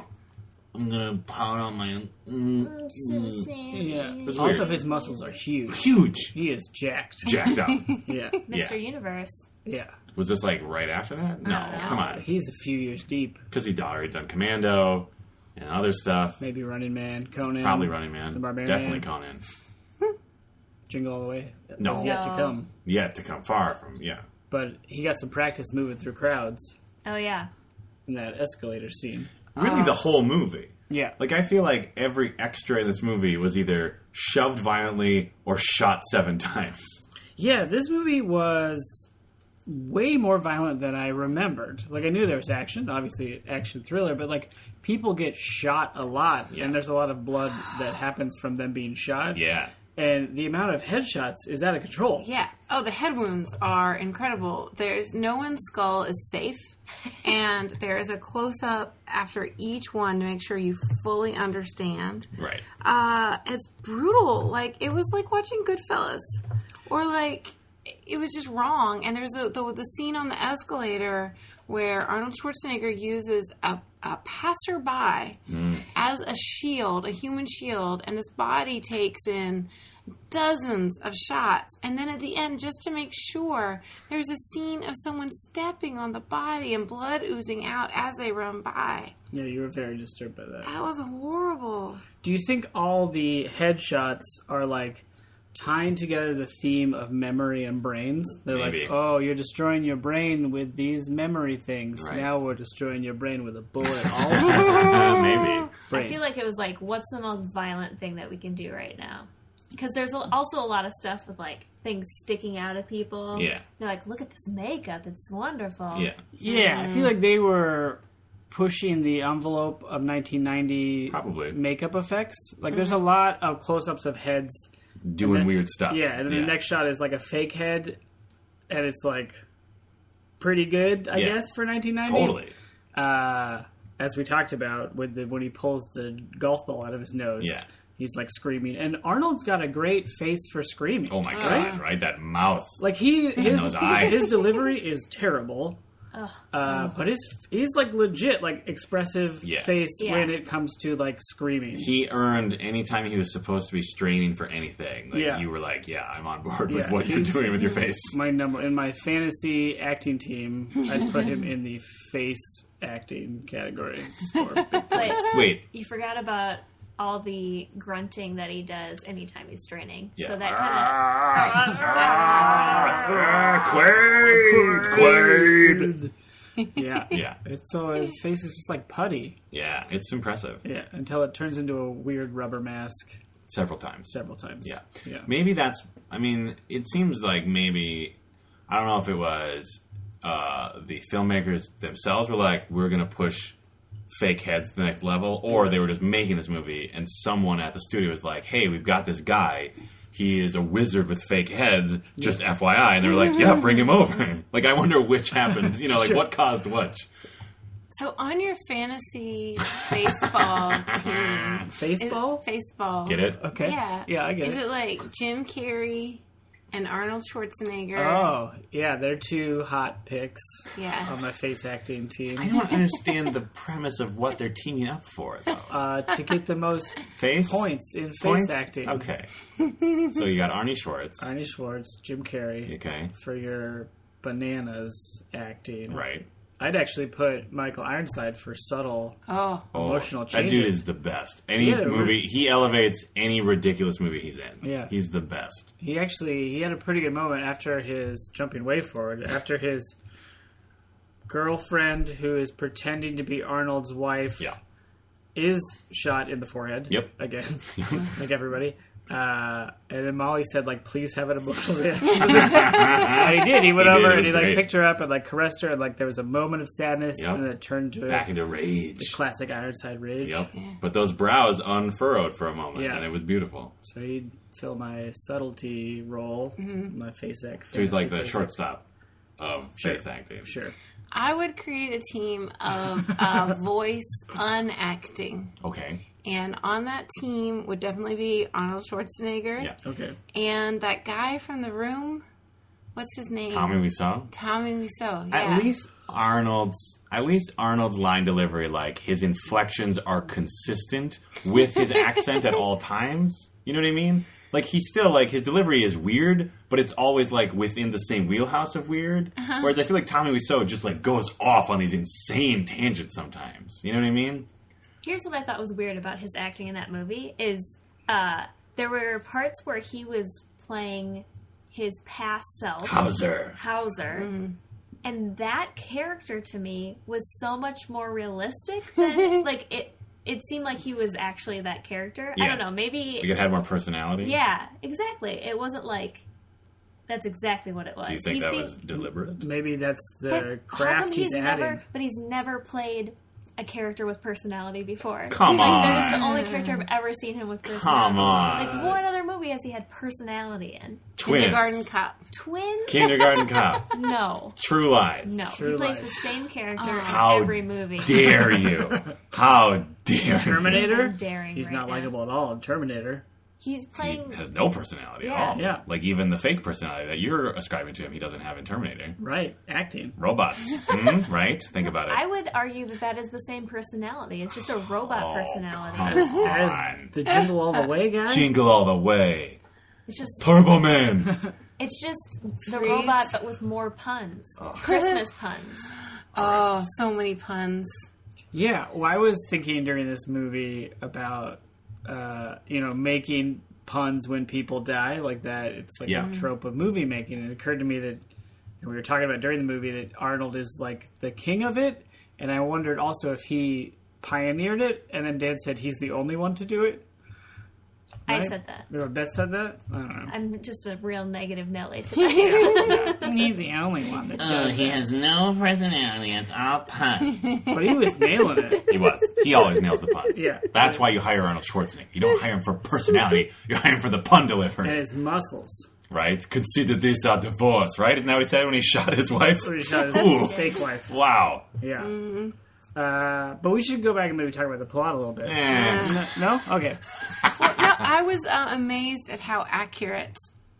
I'm gonna pound on my mm, I'm so sorry. Yeah. was Also, weird. his muscles are huge. huge He is jacked. [LAUGHS] jacked up. Yeah, Mr. Yeah. Universe. yeah. Was this like right after that? No, Uh, don't know. come on, He's a few years deep. because he already done Commando and other stuff. Maybe Running Man, Conan, Probably Running Man, The Barbarian. definitely Conan. Jingle All the Way. No. Those yet to No. come. Yet to come far from yeah. But he got some practice moving through crowds Oh yeah. in that escalator scene. Ah. Really, the whole movie. Yeah, Like I feel like every extra in this movie was either shoved violently or shot seven [LAUGHS] times. yeah. This movie was way more violent than I remembered. Like I knew there was action, obviously action thriller, but like people get shot a lot, and there's a lot of blood that happens from them being shot. Yeah. and the amount of headshots is out of control. Yeah. Oh, the head wounds are incredible. There's no one's skull is [LAUGHS] safe, and there is a close up after each one to make sure you fully understand. Right. Uh, it's brutal. Like it was like watching Goodfellas, or like it was just wrong. And there's the the, the scene on the escalator where Arnold Schwarzenegger uses a a passerby as a shield, a human shield, and this body takes in dozens of shots. And then at the end, just to make sure, there's a scene of someone stepping on the body and blood oozing out as they run by. Yeah, you were very disturbed by that. That was horrible. Do you think all the headshots are like tying together the theme of memory and brains? They're Maybe. like, oh, you're destroying your brain with these memory things. Right. Now we're destroying your brain with a bullet. [LAUGHS] All over [LAUGHS] Maybe. brains. I feel like it was like, what's the most violent thing that we can do right now? Because there's al- also a lot of stuff with like things sticking out of people. Yeah. They're like, look at this makeup. It's Oh. wonderful. Yeah. yeah, I feel like they were pushing the envelope of 1990 Probably. makeup effects. Like, there's a Mm-hmm. lot of close-ups of heads. Doing weird stuff. Yeah, and then the next shot is like a fake head, and it's like pretty good, I Yeah. guess, for 1990. Totally. uh, as we talked about, with the, when he pulls the golf ball out of his nose, Yeah. he's like screaming. And Arnold's got a great face for screaming. Oh my god, right? That mouth. Like he [LAUGHS] his those eyes. his delivery is terrible. Uh, but his he's like legit like expressive Yeah. face Yeah. when it comes to like screaming. He earned any time he was supposed to be straining for anything. Like Yeah. you were like, Yeah, I'm on board with Yeah. [LAUGHS] what you're doing with your face. my number in my fantasy acting team, I'd put him in the face acting category. Score. But Wait. you forgot about all the grunting that he does anytime he's straining. Yeah. So that kind Ah, Quaid, Quaid. yeah. Yeah. It's so his face is just like putty. Yeah, it's impressive. Yeah, until it turns into a weird rubber mask Several times. several times. Yeah. Yeah. Maybe that's. I mean, it seems like maybe. I don't know if it was uh, the filmmakers themselves were like, we're going to push fake heads to the next level, or they were just making this movie, and someone at the studio was like, hey, we've got this guy. He is a wizard with fake heads, just FYI. And they were like, yeah, bring him over. like, I wonder which happened. You know, like, what caused which? So on your fantasy [LAUGHS] baseball team, is- Baseball? baseball. Get it? Okay. Yeah. Yeah, I get Is it. it like Jim Carrey and Arnold Schwarzenegger? Oh, yeah, they're two hot picks on Yeah. my face acting I team. don't understand the premise of what they're teaming up for, though. Uh, to get the [LAUGHS] most Face? points in face Points? acting. [LAUGHS] Okay. so you got Arnie Schwartz. Arnie Schwartz, Jim Carrey Okay. for your bananas acting. Right. I'd actually put Michael Ironside for subtle. Oh, Emotional That dude changes. is the best. Any Yeah. movie, he elevates any ridiculous movie he's in. Yeah. he's the best. He actually he had a pretty good moment after his jumping way forward after his girlfriend who is pretending to be Arnold's wife Yeah. is shot in the forehead. Yep. [LAUGHS] Again, [LAUGHS] like everybody. Uh, and then Molly said, like, please have an emotional [LAUGHS] [LAUGHS] reaction. and he did. He went He did. over It and was he like great. picked her up and like caressed her and like there was a moment of sadness Yep. and then it turned to Back into rage. classic Ironside rage. Yep. But those brows unfurrowed for a moment, Yeah. and it was beautiful. So he'd fill my subtlety role, my face act. So he's like the fantasy face shortstop of Sure. face acting. act. Sure. I would create a team of [LAUGHS] uh, voice unacting, Okay. and on that team would definitely be Arnold Schwarzenegger Yeah. Okay. and that guy from the room. What's his name? Tommy Wiseau. Tommy Wiseau. Yeah. At least Arnold's at least Arnold's line delivery, like his inflections are consistent [LAUGHS] with his accent at all times. You know what I mean? Like he's still like his delivery is weird, but it's always like within the same wheelhouse of weird. Uh-huh. Whereas I feel like Tommy Wiseau just like goes off on these insane tangents sometimes. You know what I mean? Here's what I thought was weird about his acting in that movie is uh, there were parts where he was playing his past self, Hauser. Hauser, Mm-hmm. and that character to me was so much more [LAUGHS] realistic than like it. It seemed like he was actually that character. I Yeah. don't know. Maybe Like it had more personality. yeah, exactly. It wasn't like that's exactly what it was. Do you think He that seemed- was [LAUGHS] deliberate? Maybe that's but the how craft come he's, adding. never? But he's never played a character with personality before. Come That is the on. only character I've ever seen him with personality. Come on. Like what other movie has he had personality in? Twins. Kindergarten Cop. Twins? Kindergarten [LAUGHS] Cop. No. True Lies. No. True he plays life. the same character Oh. How in every movie. dare you? How dare you? Terminator. I'm daring He's right not now. likable at all in Terminator. [LAUGHS] He's He playing has no personality Yeah. at all. Yeah. Like even the fake personality that you're ascribing to him, he doesn't have in Terminator. Right. Acting. Robots, Hmm, right? Think about it. I would argue that that is the same personality. It's just a robot Oh, personality. Come As on. [LAUGHS] the jingle all the way guy. Jingle all the way. It's just Turbo Man. it's just the Freeze. robot but with more puns. Oh. Christmas puns. Oh, so many puns. Yeah, well, I was thinking during this movie about uh, you know making puns when people die, like that. It's like Yeah. a trope of movie making. And it occurred to me that and we were talking about during the movie that Arnold is like the king of it, and I wondered also if he pioneered it. And then Dan said he's the only one to do it. I Right? said that. Or Beth said that. I don't know. I'm just a real negative [LAUGHS] Nelly today. He's the only one that Oh, does he it. has no personality. It's all pun. But he was nailing it. he was. He always nails the puns. Yeah. That's why you hire Arnold Schwarzenegger. You don't hire him for personality. You hire him for the pun And delivery, his muscles. right? Consider this our divorce, right? Isn't that what he said when he shot his wife? Or he shot his Ooh. fake wife. Wow. Yeah. Uh, but we should go back and maybe talk about the plot a little bit. Eh. [LAUGHS] No? Okay. Well, no, I was uh, amazed at how accurate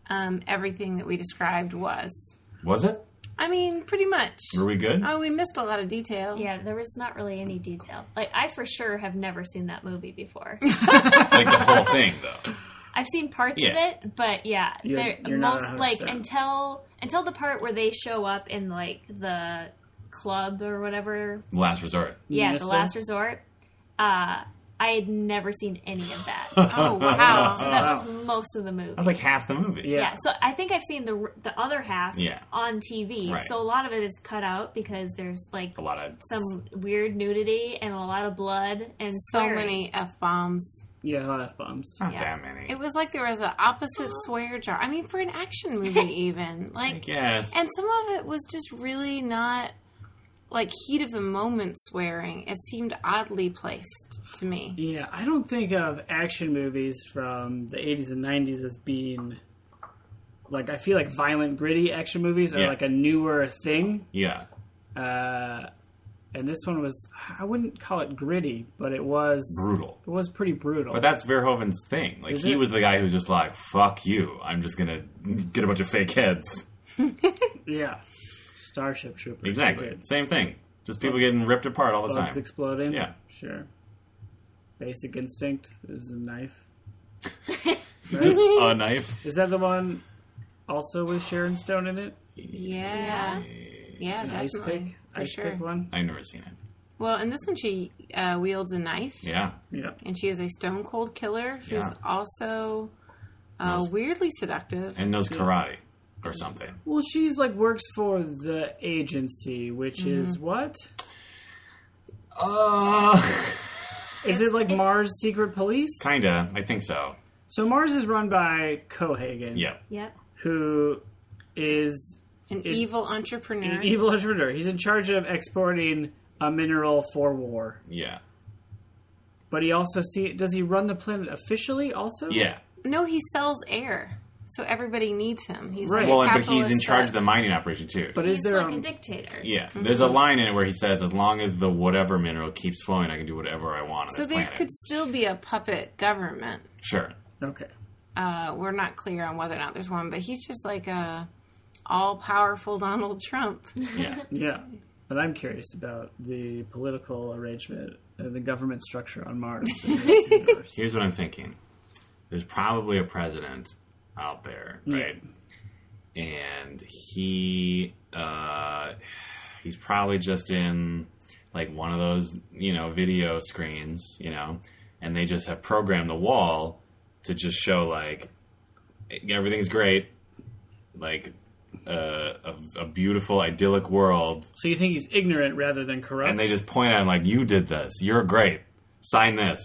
um, everything that we described was. Was it? I mean, pretty much. Were we good? Oh, we missed a lot of detail. yeah, there was not really any detail. Like I for sure have never seen that movie before. Like the whole thing, though. I've seen parts Yeah. of it, but yeah, You're- they're you're not most like 100%. until until the part where they show up in like the club or whatever. Last resort. Yeah, the Municipal? last resort. Uh, I had never seen any of that. [LAUGHS] so Oh, wow. that wow. was most of the movie. That's like half the movie. Yeah. yeah. so I think I've seen the the other half Yeah. on TV. Right. So a lot of it is cut out because there's like A lot of some weird nudity and a lot of blood and so swearing. many F bombs. Yeah, a lot of bombs. not yeah. that many. It was like there was an opposite swear jar. I mean, for an action movie, even. Like, Yes. and some of it was just really not like heat of the moment swearing. It seemed oddly placed to me. Yeah, I don't think of action movies from the 80s and 90s as being. Like, I feel like violent, gritty action movies are Yeah. like a newer thing. yeah. Uh, and this one was, I wouldn't call it gritty, but it was. Brutal. It was pretty brutal. But that's Verhoeven's thing. Like Is he it? was the guy who was just like, "Fuck you! I'm just gonna get a bunch of fake heads." yeah. Starship Troopers. Exactly. Same thing. Just people getting ripped apart all the Bugs time. exploding. Yeah. Sure. Basic Instinct is a knife. Just a knife. Is that the one also with Sharon Stone in it? Yeah. Yeah, Ice definitely. pick? I just sure. pick one. I've never seen it. Well, in this one, she uh, wields a knife, Yeah. Yeah. and she is a stone cold killer who's Yeah. also uh, Most- weirdly seductive. And knows karate or something. Well, she's like works for the agency, which is what? Uh, Is it like Mars Secret Police? [LAUGHS] kinda. I think so. So Mars is run by Cohagen, Yeah. Yep. who is An It- evil entrepreneur. an evil entrepreneur. He's in charge of exporting a mineral for war, Yeah. but he also see does he run the planet officially? Also, Yeah. no, he sells air, so everybody needs him. He's Right. like a Well, and, but he's in capitalist charge of that- the mining operation too. But He's is there like um, a dictator. yeah, Mm-hmm. there's a line in it where he says, "As long as the whatever mineral keeps flowing, I can do whatever I want on So this there planet." could still be a puppet government. Sure. okay? Uh, we're not clear on whether or not there's one, but he's just like a all-powerful Donald [LAUGHS] Trump. [LAUGHS] Yeah. Yeah, but I'm curious about the political arrangement and the government structure on [LAUGHS] Mars. in this universe. Here's what I'm thinking. There's probably a president out there, right? And he uh, he's probably just in like one of those, you know, video screens, you know, and they just have programmed the wall to just show like everything's great, like uh, a, a beautiful idyllic world, So you think he's ignorant rather than corrupt? and they just point at him like, "You did this. You're great. Sign this."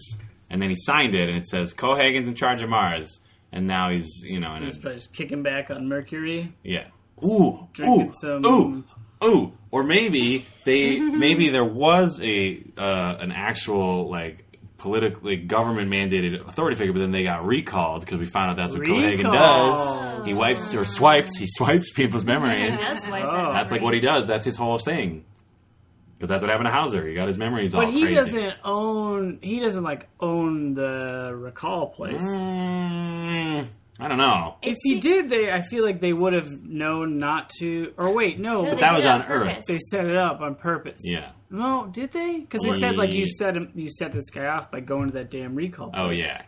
And then he signed it, and it says, "Cohagen's in charge of Mars." And now he's, you know, in He's a, probably just kicking back on Mercury. yeah. Ooh, Drinking ooh, some- ooh, ooh. Or maybe [LAUGHS] they, maybe there was a uh, an actual like politically government mandated authority figure, but then they got recalled because we found out that's what Cohagen Recalled. does. He wipes or swipes. He swipes [LAUGHS] people's memories. That's why. Oh. That's like what he does. That's his whole thing. Because that's what happened to Hauser. He got his memories all But he crazy. doesn't own. He doesn't like own the recall place. Mm, I don't know. If he did, they I feel like they would have known not to. Or wait, no, No, but they that did was it on Earth. purpose. they set it up on purpose. Yeah. No, did they? Because they Or- said like you set him, you set this guy off by going to that damn recall. Place. Oh yeah,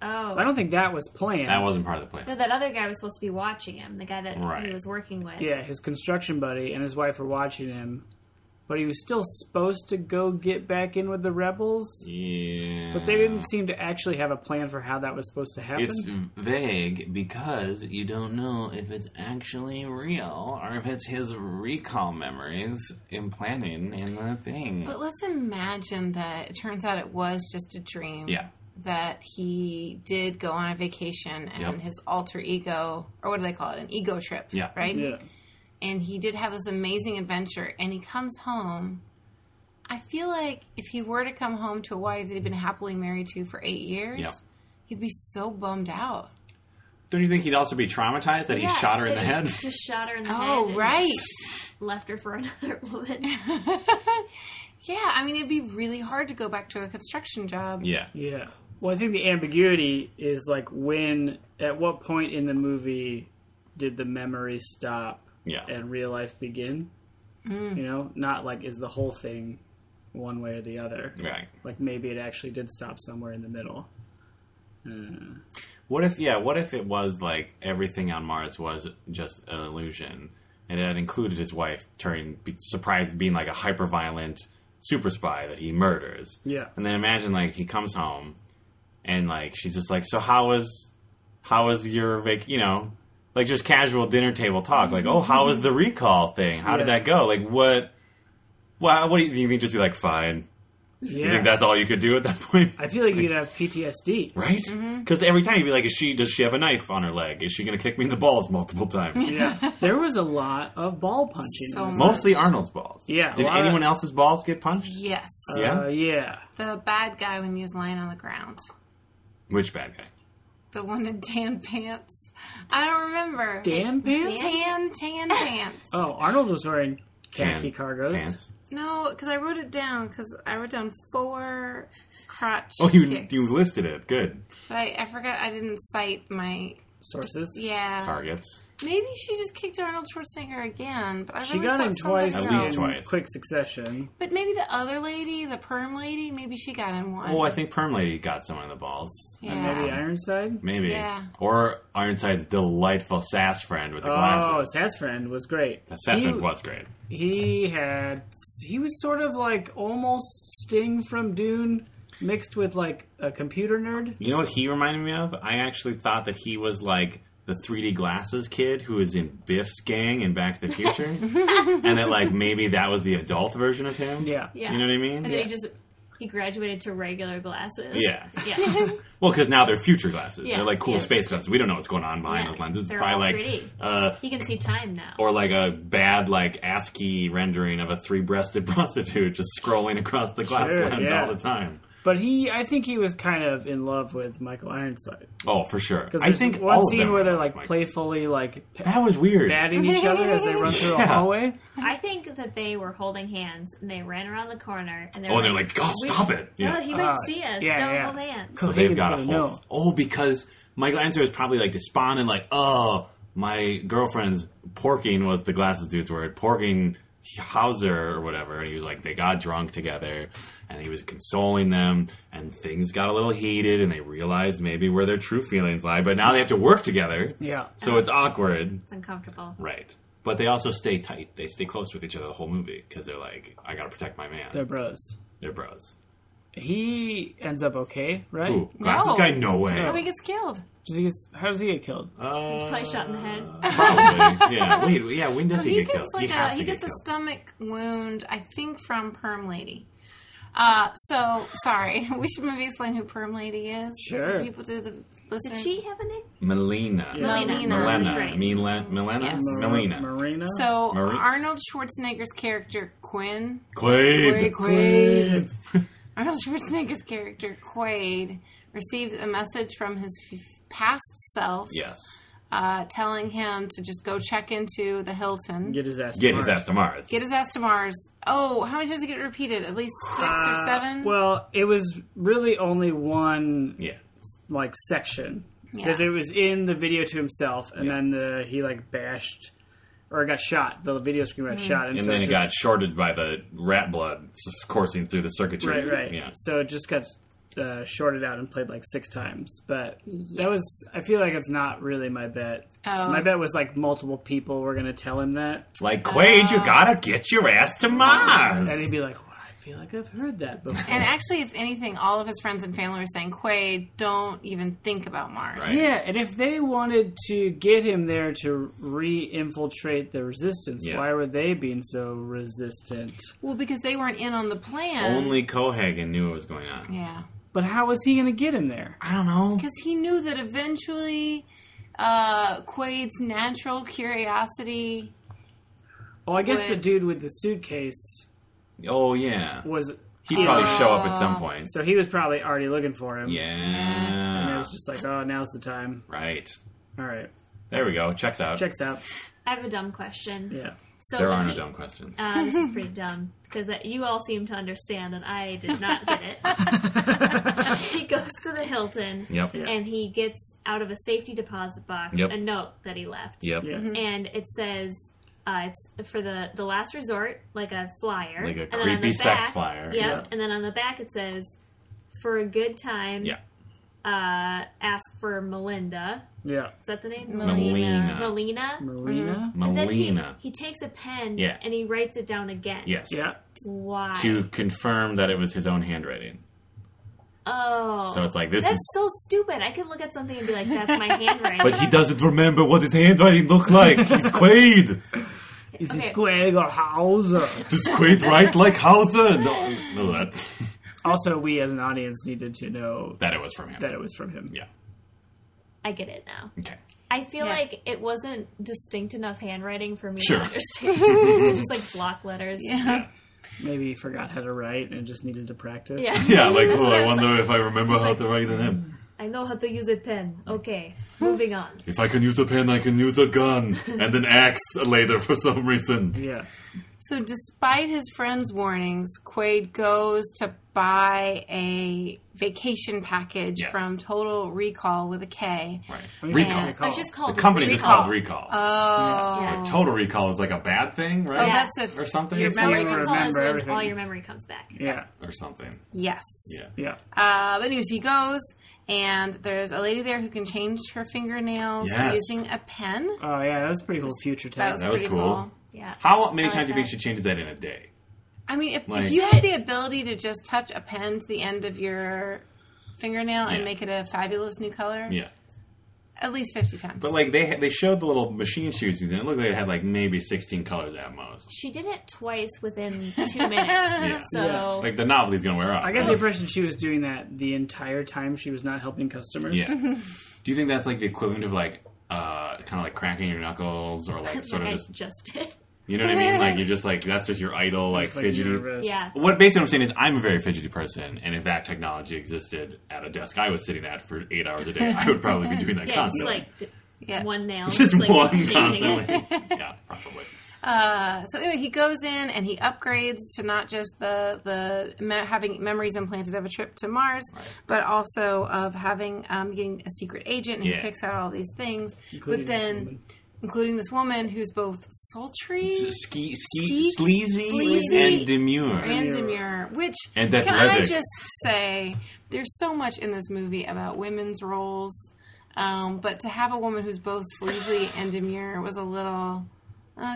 Oh. So I don't think that was planned. that wasn't part of the No, plan. that other guy was supposed to be watching him. The guy that Right. he was working with. Yeah, his construction buddy and his wife were watching him, but he was still supposed to go get back in with the rebels. Yeah. But they didn't seem to actually have a plan for how that was supposed to happen. It's vague because you don't know if it's actually real or if it's his recall memories implanting in the thing. But let's imagine that it turns out it was just a dream. Yeah. That he did go on a vacation and Yep. his alter ego, or what do they call it? An ego trip. Yeah. Right? yeah. And he did have this amazing adventure and he comes home. I feel like if he were to come home to a wife that he'd been happily married to for eight years, Yep. he'd be so bummed out. Don't you think he'd also be traumatized that Yeah, he shot her in the that head? he Just shot her in the head. Oh, and right. Left her for [LAUGHS] another woman. Yeah, I mean, it'd be really hard to go back to a construction job. [LAUGHS] Yeah. Yeah. Well, I think the ambiguity is like when, at what point in the movie did the memory stop Yeah. and real life begin? You know, not like is the whole thing one way or the other. Right. Like maybe it actually did stop somewhere in the middle. Uh, What if, yeah, what if it was like everything on Mars was just an illusion and it had included his wife turning, be, surprised being like a hyper violent super spy that he murders? Yeah. And then imagine like he comes home and like she's just like, so how was, how was your vac, you know, like just casual dinner table talk, like, oh, how was the recall thing? How did Yeah. that go? Like, what, well, what do you, do you think? Just be like, fine. You yeah. think that's all you could do at that [LAUGHS] point? I feel like you'd have PTSD. Right? Mm-hmm. Because every time you'd be like, "Is she? Does she have a knife on her leg? Is she going to kick me in the balls [LAUGHS] multiple times?" Yeah. there was a lot of ball punching. So in this. much. Mostly Arnold's balls. Yeah, Did a lot of- anyone else's balls get punched? Yes. Uh, yeah. The bad guy when he was lying on the ground. Which bad guy? The one in tan pants. I don't remember. Dan pants? Tan, tan pants. Oh, Arnold was wearing Tan khaki cargos. Pants. No, because I wrote it down because I wrote down four crotch. Oh, you kicks. you listed it. Good. But I, I forgot I didn't cite my sources. Yeah. targets. Maybe she just kicked Arnold Schwarzenegger again. But I She really got thought him somebody twice, At else. least in twice. quick succession. But maybe the other lady, the perm lady, maybe she got in one. Oh, I think Perm Lady got someone in the balls. uh, Yeah. Maybe Ironside. Maybe. Yeah. Or Ironside's delightful sass friend with the Oh, glasses. Sass friend was great. The sass He- friend was great. He had he was sort of like almost Sting from Dune mixed with like a computer nerd. You know what he reminded me of? I actually thought that he was like the 3D glasses kid who is in Biff's gang in Back to the [LAUGHS] Future. and that like maybe that was the adult version of him. Yeah. Yeah. You know what I mean? And then Yeah. he just he graduated to regular glasses. Yeah. [LAUGHS] Yeah. Well, because now they're future glasses. Yeah. They're like cool Yeah. space glasses. We don't know what's going on behind Yeah. those lenses. It's They're probably all like 3D. uh he can see time now. or like a bad like ASCII rendering of a three-breasted [LAUGHS] prostitute just scrolling across the glass Sure, lens yeah. all the time. But he, I think he was kind of in love with Michael Ironside Oh, for sure. because I there's think all one of scene them where they're were like Mike. playfully like pa- That was weird. batting each other as they run through a [LAUGHS] Yeah. hallway. I think that they were holding hands and they ran around the corner and they Oh, were and they're like, "Oh, "We stop should- it!" No, he might Uh, see us. yeah, Don't yeah. hold hands. Cool. So they've Higgins got a would've whole. known. Oh, because Michael Answer is probably like despondent, like, oh, my girlfriend's porking was the glasses dude's word, porking Hauser or whatever. And he was like, they got drunk together and he was consoling them and things got a little heated and they realized maybe where their true feelings lie. But now they have to work together. Yeah. So it's awkward. It's uncomfortable. Right. But they also stay tight. They stay close with each other the whole movie because they're like, I got to protect my man. They're They're, bros. bros. He ends up okay, right? Ooh, glasses No. guy? No way. Oh, he gets killed. Does he, how does he get killed? Uh, Probably shot in the head. [LAUGHS] Probably. yeah. Wait. Yeah. When does he, he get killed? gets like a has he to get gets a killed. stomach wound, I think, from Perm Lady. Uh, so sorry, [LAUGHS] we should maybe explain who Perm Lady is. Sure. to people to the Did listeners. she have a name? Melina. Melina. Melena. That's right. Mila- Milena. Yes. Mar- Melina. Marina. So Marie- Arnold Schwarzenegger's character Quinn. Quaid. Quaid. [LAUGHS] Arnold Schwarzenegger's character Quaid received a message from his f- past self, Yes. uh, telling him to just go check into the Hilton. get his ass. Get his tomorrow. ass to Mars. Get his ass to Mars. Oh, how many times did it get repeated? At least six or seven? Well, it was really only one yeah. like section Yeah. because it was in the video to himself, and then the, he like bashed or got shot. The video screen Mm-hmm. got shot, and, And so then it just, got shorted by the rat blood s- coursing through the circuitry. right, right. Yeah. So it just got uh, shorted out and played like six times. But Yes. that was I feel like it's not really my bet. Oh. My bet was like multiple people were gonna tell him that, Like Quaid, you gotta get your ass to Mars. and he'd be like, well, "I feel like I've heard that before." [LAUGHS] and actually, if anything, all of his friends and family were saying, Quaid, don't even think about Mars. Right. Yeah, and if they wanted to get him there to re-infiltrate the resistance, Yeah. why were they being so resistant? Well, because they weren't in on the plan. Only Cohagen knew what was going on. Yeah. But how was he going to get him there? I don't know. Because he knew that eventually uh, Quaid's natural curiosity. Oh, I guess Would- the dude with the suitcase Oh yeah. was. He'd probably show up at some point. So he was probably already looking for him. And it Yeah. was just like, oh, now's the time. Right. All right, There we go. Checks out. checks out. I have a dumb question. Yeah. So There are no he- dumb questions. [LAUGHS] Uh, this is pretty dumb because you all seem to understand and I did not get it. [LAUGHS] [LAUGHS] he goes to the Hilton Yep. Yeah. and he gets out of a safety deposit box Yep. a note that he left. Yep. Yeah. And it says uh, it's for the, the last resort, like a flyer. Like a And then on the creepy sex back- flyer. Yep. Yeah. And then on the back it says, for a good time, Yeah. uh, ask for Melinda. Yeah. Is that the name? Melina. Melina. Marina. Mm-hmm. And then he, Melina. he takes a pen Yeah. and he writes it down again. Yes. Yeah. Why? To confirm that it was his own handwriting. Oh. So it's like this That's is so stupid. I could look at something and be like, [LAUGHS] that's my handwriting. but he doesn't remember what his handwriting looked like. He's Quaid. Is Okay. it Greg or Hauser? Does Quaid write like Hauser? No, no that, also, we as an audience needed to know that it was from him. that it was from him. Yeah. I get it now. Okay. I feel Yeah. like it wasn't distinct enough handwriting for me Sure. to understand. [LAUGHS] it was just like block letters. Yeah. Maybe he forgot how to write and just needed to practice. Yeah. Yeah, like oh, I wonder if I remember how to write the name. I know how to use a pen. Okay, moving on. If I can use the pen, I can use the gun and an axe later for some reason. Yeah. So, despite his friend's warnings, Quaid goes to buy a vacation package Yes. from Total Recall with a K. Right. I mean, Recall. recall. Oh, it's just The called company just Recall. called Recall. Oh, Yeah. Like, total Recall is like a bad thing, right? Oh, that's if or something, your It's memory like- You Memory recall is remember when everything. all your memory comes back. yeah, or something. yes. Yeah. yeah. Uh, but anyways, he goes, and there's a lady there who can change her fingernails Yes. using a pen. Oh yeah, that was pretty cool future That was tech. That was pretty cool. cool. Yeah. How many I times do you like think she changes that in a day? I mean, if, Like- if you had the ability to just touch a pen to the end of your fingernail Yeah. and make it a fabulous new color, Yeah. at least 50 times. But like they had- they showed the little machine shoes and it looked like it had like maybe sixteen colors at most. She did it twice [LAUGHS] within two minutes. So Like the novelty's gonna wear off. I got the impression she was doing that the entire time she was not helping customers. Yeah. Do you think that's like the equivalent of like uh kind of like cracking your knuckles or like sort [LAUGHS] of like I just just did. you know what I mean? Like you're just like that's just your idol like Like fidgety. nervous. Yeah. What basically what I'm saying is I'm a very fidgety person, and if that technology existed at a desk I was sitting at for eight hours a day, I would probably be doing that [LAUGHS] Yeah, just constantly. like d- Yeah. one nail. just like, one shaking it. constantly. yeah, probably. Uh, so anyway, he goes in and he upgrades to not just the the me- having memories implanted of a trip to Mars, but also of having um, getting a secret agent. And Yeah. He picks out all these things, Including but this then woman. including this woman who's both sultry Ski, ski, Ski- sleazy, sleazy. and demure. and demure. Which And can I athletic. just say, there's so much in this movie about women's roles, um, but to have a woman who's both sleazy and demure was a little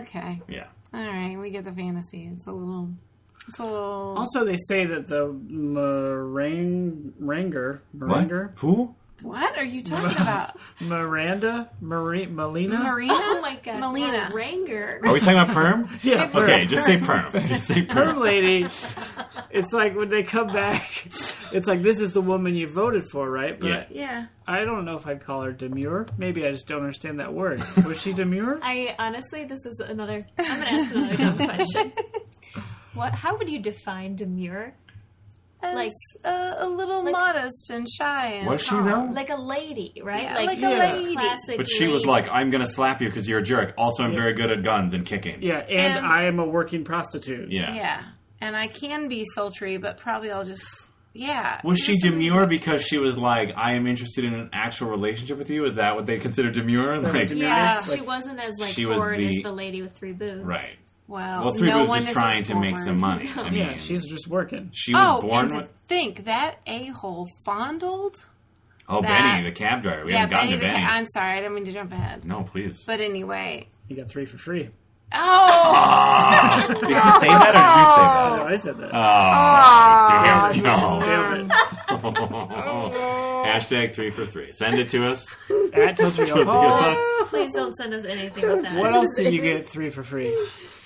okay. yeah. All right, we get the fantasy. It's a little. It's a little. Also, they say that the Meringue, Meringer, Meringer, Who? what are you [LAUGHS] talking about? Miranda, Marie, Melina. Marina? Oh my god, Melina. Ranger. Are we talking [LAUGHS] about perm? yeah, Hey, Okay, just say perm. [LAUGHS] Just say Perm perm. lady. It's like when they come back, it's like this is the woman you voted for, right? But Yeah. Yeah. I don't know if I'd call her demure. Maybe I just don't understand that word. Was she demure? [LAUGHS] I honestly, this is another. I'm gonna ask [LAUGHS] another dumb question. What? How would you define demure? Like- Like a, a little modest and shy. And Was she calm. though? Like a lady, right? Yeah, like a lady. classic. But she was lady. like, "I'm gonna slap you because you're a jerk." Also, I'm very good at guns and kicking. Yeah, and, And- I am a working prostitute. Yeah. Yeah. And I can be sultry, but probably I'll just. Yeah. Was she Just something- demure because she was like, "I am interested in an actual relationship with you"? Is that what they consider demure? Like, demure. Yeah, Yeah. she wasn't as like She was forward the- as the lady with three boobs. right? Well, Well, Three no Boobs one was is just trying as to make some forward. [LAUGHS] money. I mean, Yeah, she's just working. she was Oh, born and with to think that a hole fondled. oh that- Benny, the cab driver. We yeah, haven't gotten Benny to the Benny. Cat. I'm sorry, I didn't mean to jump ahead. no, please. But [LAUGHS] anyway. You got three for free. Oh! Ah, did you say that or [LAUGHS] did you say that? I said that. Oh, Aw, damn, no. [LAUGHS] Damn it. Hashtag three for three. Send it to us. [LAUGHS] At Tokyo Hall. Please don't send us anything with that. What else did you get three for free?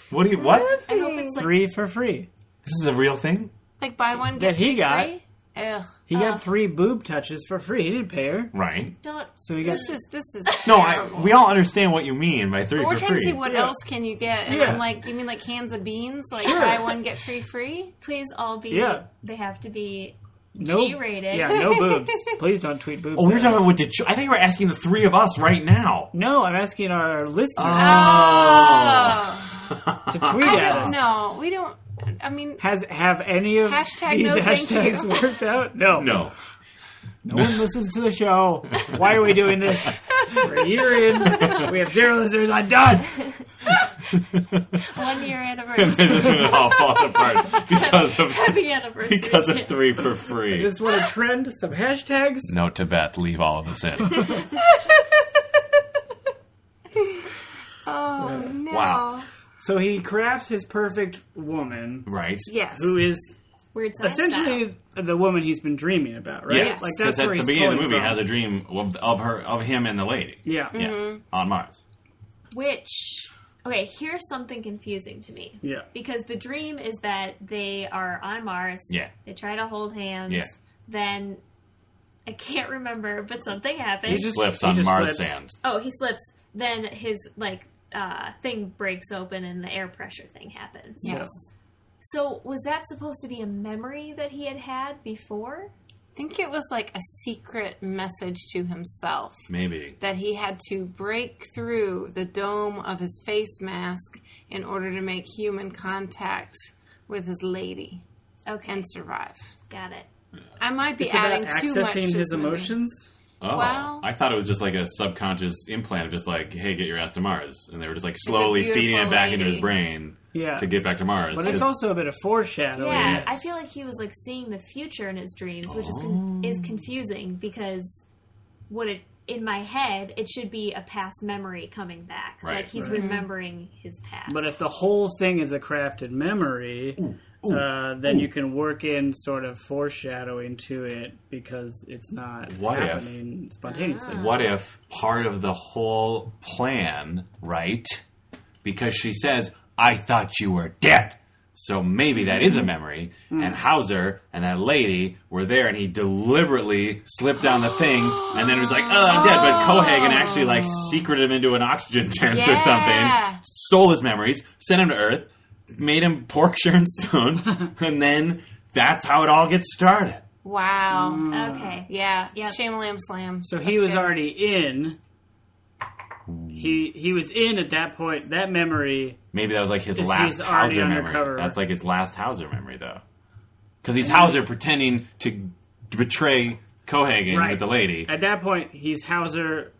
What do you what? I hope it's like Three for free. This is a real thing? like buy one get That he three got. free? Ugh. He got three boob touches for free. He didn't pay her, Right. don't. so he got. This is this is No, I, terrible. we all understand what you mean by three But we're for trying free. to see what Yeah. else can you get, and Yeah. I'm like, do you mean like cans of beans, like buy one get three [LAUGHS] free? Please all be. Yeah. They have to be no, G-rated. Yeah, no boobs. Please don't tweet boobs. oh, we at were talking us. about what did you, I think you were asking the three of us right now. No, I'm asking our listeners Oh. Oh, to tweet Ah. I at don't us. know. We don't. I mean, Has have any of Hashtag these no thank hashtags you. worked out? No, No. No one listens to the [LAUGHS] show. Why are we doing this? We're a year in. We have zero listeners. I'm done. One [LAUGHS] year And anniversary. then it's gonna all fall apart [LAUGHS] because of Happy anniversary. because Jim. of three for free. Just want to trend some hashtags. Note to Beth, leave all of this in. oh no. Wow. So he crafts his perfect woman, Right. Yes. who is Weird science style. essentially the woman he's been dreaming about, right? Yes. Like Because that's at where the he's beginning of the pulling movie from. has a dream of, of her of him and the lady. yeah. Mm. yeah, Mm-hmm. Yeah. On Mars. Which, okay, here's something confusing to me. Because the dream is that they are on Mars. Yeah. They try to hold hands. Yeah. Then, I can't remember, but something He happens. just- Slips he on just Mars slips. sand. oh, he slips. Then his, like, uh, thing breaks open and the air pressure thing happens. Yes. So, was that supposed to be a memory that he had had before? think it was like a secret message to himself Maybe. that he had to break through the dome of his face mask in order to make human contact with his lady Okay, and survive. got it. I might be It's about adding too much. to accessing this his movie. emotions. Oh, Wow. I thought it was just like a subconscious implant of just like, hey, get your ass to Mars, and they were just like slowly beautiful feeding it back into his lady. brain Yeah. to get back to Mars. But it's 'Cause- also a bit of foreshadowing. Yeah, yes. I feel like he was like seeing the future in his dreams, which is con- is confusing because what it in my head it should be a past memory coming back, Right, like he's right. remembering his past. But if the whole thing is a crafted memory, uh, then you can work in sort of foreshadowing to it because it's not What if- happening spontaneously. Ah, what if part of the whole plan, right? Because she says, I thought you were dead. So maybe that is a memory. And Hauser and that lady were there, and he deliberately slipped down the thing, and then it was like, oh, I'm dead. But Cohagen actually like secreted him into an oxygen tent or Yeah. something, stole his memories, sent him to Earth, made him pork [LAUGHS] Sharon Stone, and then that's how it all gets started. Wow. okay, Yeah. Yep. Shame lamb Mm. slam. So he That's was good. already in. He he was in at that point. That memory. Maybe that was like his Because last he's already Hauser undercover. memory. That's like his last Hauser memory, though, because he's Hauser pretending to betray Cohagen Right. with the lady. At that point, he's Hauser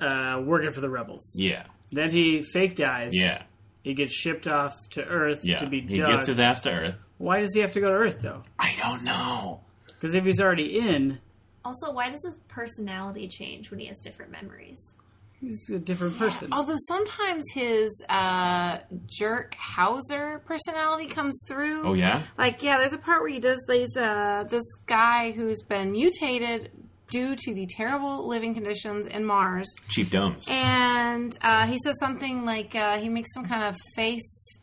uh, working for the rebels. Yeah, Then he fake dies. yeah, He gets shipped off to Earth yeah. to be he dug. gets his ass to Earth. Why does he have to go to Earth though? I don't know. Because if he's already in, Also, why does his personality change when he has different memories? he's a different person. Although sometimes his uh, jerk Hauser personality comes through. Oh yeah, Like, yeah, there's a part where he does these, uh, this guy who's been mutated due to the terrible living conditions in Mars. cheap domes. And uh, he says something like, uh, he makes some kind of face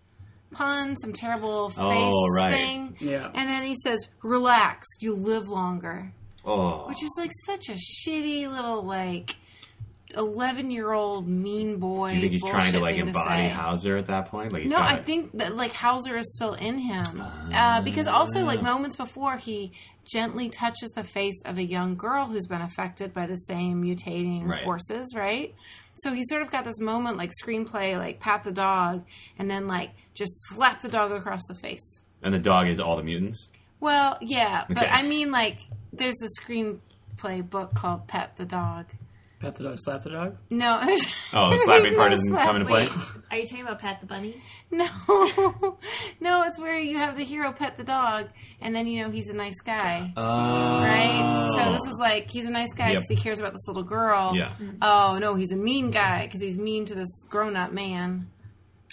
pun, some terrible face Oh, right. thing. Yeah. And then he says, relax, you live longer. Oh, Which is like such a shitty little, like, 11 year old mean boy. do you think he's trying to bullshit like thing embody say. Hauser at that point? Like he's No, got I it. Ah. think that like Hauser is still in him uh, because also like moments before he gently touches the face of a young girl who's been affected by the same mutating Right. forces, right? So he sort of got this moment like screenplay, like pat the dog, and then like just slap the dog across the face. and the dog is all the mutants. Well, yeah, but Okay. I mean like there's a screenplay book called Pet the Dog. Pat the dog, slap the dog. No, [LAUGHS] there's, Oh, the there's slapping part no doesn't come into play. slapping. Are you talking about Pat the Bunny? No, no, it's where you have the hero pet the dog, and then you know he's a nice guy, Oh, right? So this was like he's a nice guy because Yep. he cares about this little girl. Yeah. Oh no, he's a mean guy because he's mean to this grown-up man.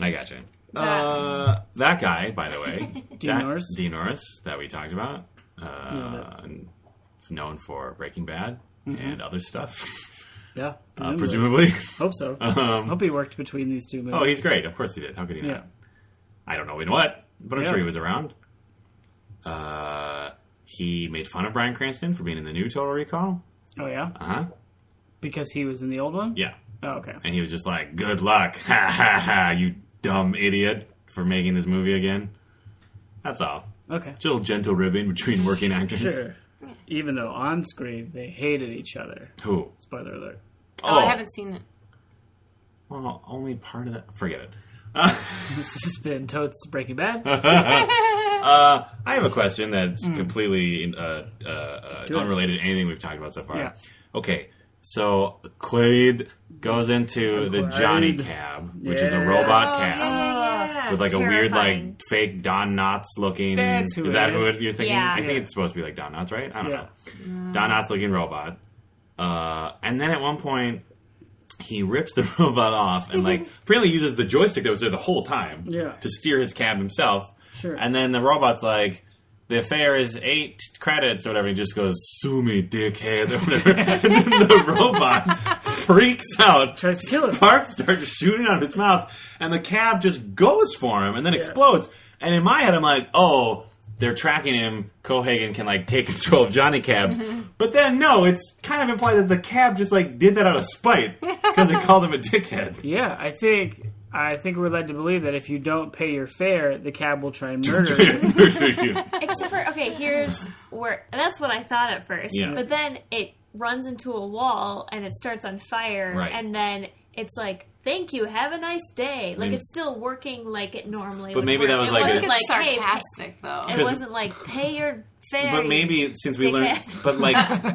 I gotcha. That- Uh, that guy, by the way, [LAUGHS] Dean that- Norris? Dean Norris, that we talked about, uh, Yeah, and known for Breaking Bad Mm-hmm. and [LAUGHS] other stuff, Yeah, uh, presumably. presumably. [LAUGHS] Hope so. Um, Hope he worked between these two movies. oh, he's great. Of course he did. How could he yeah. not? I don't know in what, but I'm Yeah. sure he was around. Uh, he made fun of Brian Cranston for being in the new Total Recall. Oh yeah, Uh huh. because he was in the old one. Yeah, Oh, okay. and he was just like, "Good luck, [LAUGHS] ha ha ha, you dumb idiot, for making this movie again." That's all. Okay. It's a little gentle ribbing between working actors. Sure. Even though on screen they hated each other. Who? Spoiler alert. [LAUGHS] Oh, I haven't seen it. Well, only part of that. Forget it. This has been Totes Breaking Bad. [LAUGHS] Uh, I have a question that's completely uh, uh, uh, Hmm. it. unrelated to anything we've talked about so far. Yeah. Okay, so Quaid goes into the Quaid. Johnny cab, which is a Yeah. robot oh cab yeah, yeah, yeah. with like a weird, Terrifying. like fake Don Knotts looking. That's who is it that is. who it- you're thinking? Yeah. I think Yeah. it's supposed to be like Don Knotts, right? I don't Yeah. know. Mm. Don Knotts looking robot. Uh, and then at one point, he rips the [LAUGHS] robot off [LAUGHS] and like apparently uses the joystick that was there the whole time Yeah. to steer his cab himself. Sure. And then the robot's like, the fare is eight credits or whatever. He just goes, sue me, dickhead, or whatever. [LAUGHS] and then the robot freaks out. Tries to kill him. Sparks start shooting out of his mouth, and the cab just goes for him and then explodes. And in my head, I'm like, oh, they're tracking him. Cohagen can like take [LAUGHS] control of [LAUGHS] Johnny Cabs. But then no, it's [LAUGHS] kind of implied that the cab just like did that out of spite because they called him a dickhead. [LAUGHS] Yeah, I think I think we're led to believe that if you don't pay your fare, the cab will [LAUGHS] try and murder you. yeah, Except for okay, here's where and that's what I thought at first. Yeah. But then it runs into a wall and it starts on fire Right. and then it's like, Thank you, have a nice day. Like Mm. it's still working like it normally But would maybe that work. was It like wasn't a- it's like, hey, sarcastic though. It 'Cause- wasn't like pay your fare. [LAUGHS] but maybe since we learned, dickhead. but like,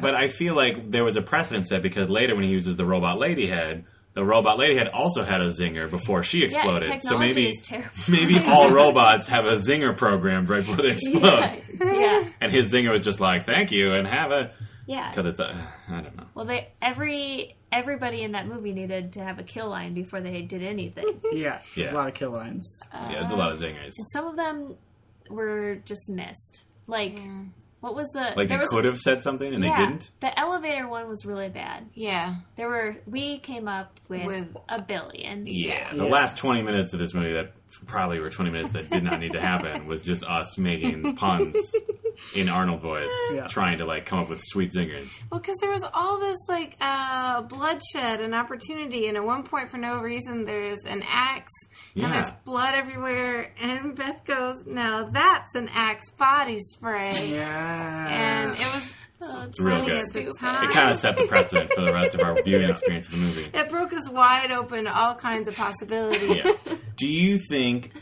[LAUGHS] but I feel like there was a precedent set because later when he uses the robot lady head, the robot lady head also had a zinger before she yeah, exploded. technology so maybe, is terrible. [LAUGHS] maybe [LAUGHS] all robots have a zinger programmed right before they explode. yeah, yeah, [LAUGHS] And his zinger was just like, "Thank you," and have a yeah. because it's a, I don't know. Well, they every everybody in that movie needed to have a kill line before they did anything. Yeah, there's Yeah. a lot of kill lines. Yeah, there's a lot of zingers. Some of them were just missed. Like, what was the Like they there was- could have said something and yeah, they didn't. The elevator one was really bad. yeah. There were we came up with, With- a billion. Yeah, Yeah. the Yeah. last 20 minutes of this movie that probably were 20 minutes that did not need to happen was just us making puns in Arnold voice, Yeah. trying to like come up with sweet zingers. Well, because there was all this like uh, bloodshed and opportunity, and at one point, for no reason, there's an axe Yeah. and there's blood everywhere. And Beth goes, "No, that's an axe body spray." Yeah. And it was Oh, it's real really good. stupid. Time. It kind of set the precedent for the rest of our viewing experience of the movie. it broke us wide open to all kinds of [LAUGHS] possibilities. Yeah. Do you think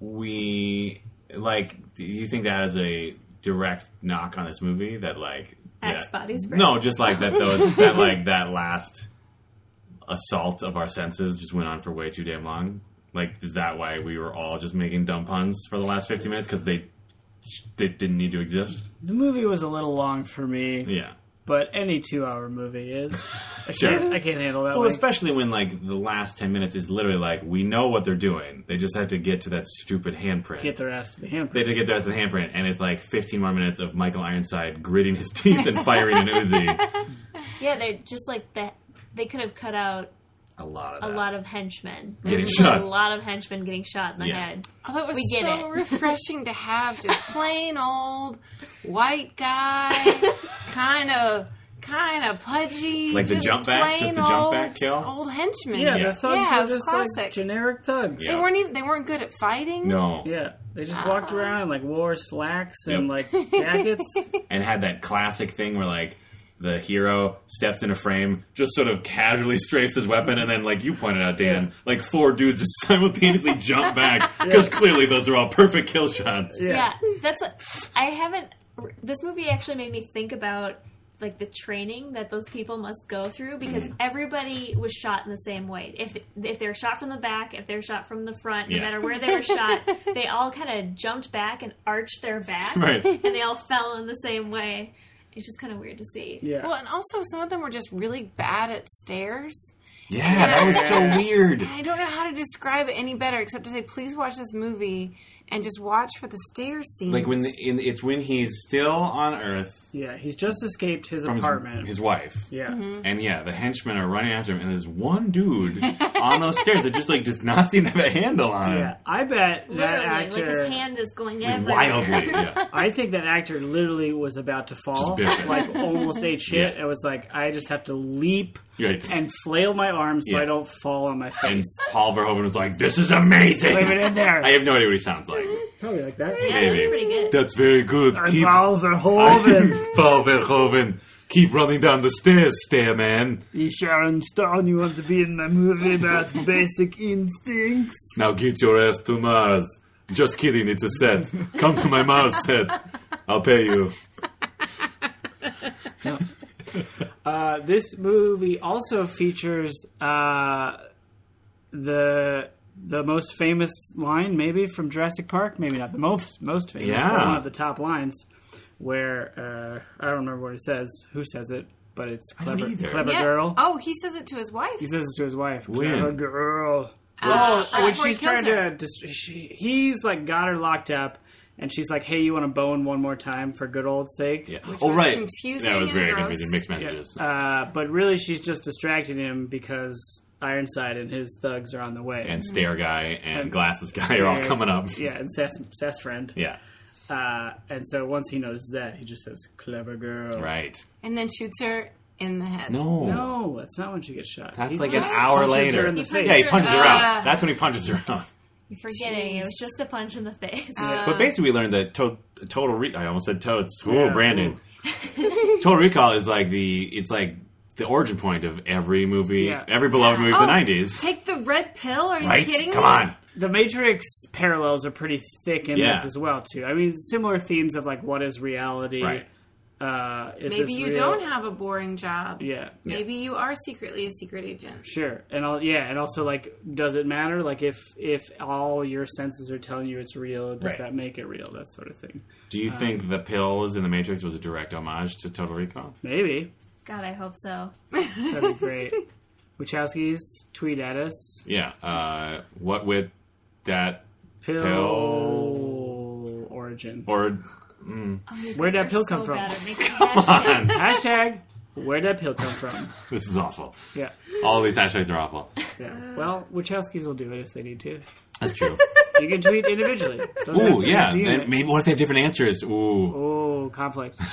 we like? Do you think that is a direct knock on this movie that like Axe that- body spray. No, just like that. Those that like that last assault of our senses just went on for way too damn long. Like, is that why we were all just making dumb puns for the last fifty minutes because they they didn't need to exist? the movie was a little long for me, Yeah. but any two-hour movie is. I [LAUGHS] Sure. can't, I can't handle that. Well, length. especially when like the last ten minutes is literally like we know what they're doing. They just have to get to that stupid handprint. Get their ass to the they handprint. have to get to us in the handprint, and it's like 15 more minutes of Michael Ironside gritting his teeth and firing an Uzi. Yeah, they just like that. They could have cut out A lot of a that. lot of henchmen. Getting There's shot. A lot of henchmen getting shot in the Yeah. head. Although it was We get [LAUGHS] so it. refreshing to have just plain old [LAUGHS] white guy, kind of kind of pudgy, Like the just jump back- just plain the jump old, back kill? old henchman. yeah, Yeah. the thugs Yeah, were it was just like classic. generic thugs. Yeah. They weren't even, they weren't good at fighting. No, Yeah, they just Uh-huh. walked around and like wore slacks and [LAUGHS] Yep. like jackets. and had that classic thing where like the hero steps in a frame, just sort of casually strafes his weapon, and then like you pointed out, Dan, like four dudes just [LAUGHS] simultaneously [LAUGHS] jump back because clearly those are all perfect kill shots. Yeah. Yeah, that's. what- I haven't. This movie actually made me think about like the training that those people must go through because Mm-hmm. everybody was shot in the same way. If if they were shot from the back, if they were shot from the front, Yeah. no matter where they were shot, [LAUGHS] they all kind of jumped back and arched their back, [LAUGHS] Right. and they all fell in the same way. It's just kind of weird to see. yeah. Well, and also some of them were just really bad at stairs. Yeah, that was so weird. I don't know how to describe it any better except to say, please watch this movie and just watch for the stair scene. Like when the, in, it's when he's still on Earth Yeah, he's just escaped his from his- apartment. his wife. yeah. Mm-hmm. And yeah, the henchmen are running after him, and there's [LAUGHS] one dude on those stairs that just like does not seem to have a handle on him. Yeah, I bet that Literally, like actor. his hand is going Like, everywhere. wildly. Yeah. I think that actor literally was about to fall, Just biffed it. like [LAUGHS] almost ate shit. Yeah. It was like I just have to leap You're right. and flail my arms so Yeah. I don't fall on my And face. Paul Verhoeven was like, "This is amazing." Leave it in there. I have no idea what he sounds like. Probably like that. Yeah, Maybe. that's pretty good. That's very good. I'm Keep Paul Verhoeven. [LAUGHS] Paul Verhoeven. Keep running down the stairs, stair man. you Sharon Stone, you want to be in my movie about basic instincts? Now get your ass to Mars. Just kidding, it's a set. Come to my Mars set. I'll pay you. Uh, this movie also features uh, the the most famous line, maybe from Jurassic Park, maybe not the most most famous, but Yeah. one of the top lines. Where uh, I don't remember what he says, who says it, but it's don't clever, either. clever Yeah. girl. Oh, he says it to his wife. He says it to his wife. When? Clever girl. Uh, Oh, when before he she's kills trying to, dis- she, he's like got her locked up, and she's like, "Hey, you want to bone one more time for good old sake?" Yeah. was oh, right. confusing that was and very gross. confusing. Mixed messages. Uh, but really, she's just distracting him because Ironside and his thugs are on the way. and Stair Guy and Glasses Guy are all There's- coming up. Yeah, and Sass, Sass friend. Yeah. Uh, and so once he knows that, he just says, clever girl. Right. and then shoots her in the head. No. No, that's not when she gets shot. That's He like an just hour punches her later. in the He face. yeah, he punches her Ah. out. That's when he punches her out. You're forgetting it was Jeez. just a punch in the face. Um, but basically, we learned that to- Total Re- I almost said Totes. Ooh, Yeah. Brandon. [LAUGHS] Total Recall is like the it's like the origin point of every movie, Yeah. every beloved movie of Oh, the nineties. Take the red pill? Are you Right? kidding Come me? on. The Matrix parallels are pretty thick in Yeah. this as well, too. I mean, similar themes of like what is reality. Right. Uh, is Maybe this you real? don't have a boring job. Yeah. Maybe you are secretly a secret agent. Sure, and all yeah, and also like, does it matter? Like, if if all your senses are telling you it's real, does Right. that make it real? That sort of thing. Do you think the pills in the Matrix was a direct homage to Total Recall? Maybe God, I hope so. Oh, that'd be [LAUGHS] great. Wachowskis tweet at us. Yeah. Uh, what with that Pill, Pill. origin. or Where'd that pill come so from? Bad at making hashtags. Hashtag. Where'd that pill come from? [LAUGHS] this is awful. Yeah, All these hashtags are awful. [LAUGHS] yeah. Well, Wachowskis will do it if they need to. That's true. You can tweet individually. Doesn't have Ooh, to be yeah. as a unit. Then maybe what if they have different answers? Ooh. Oh, conflict. [LAUGHS]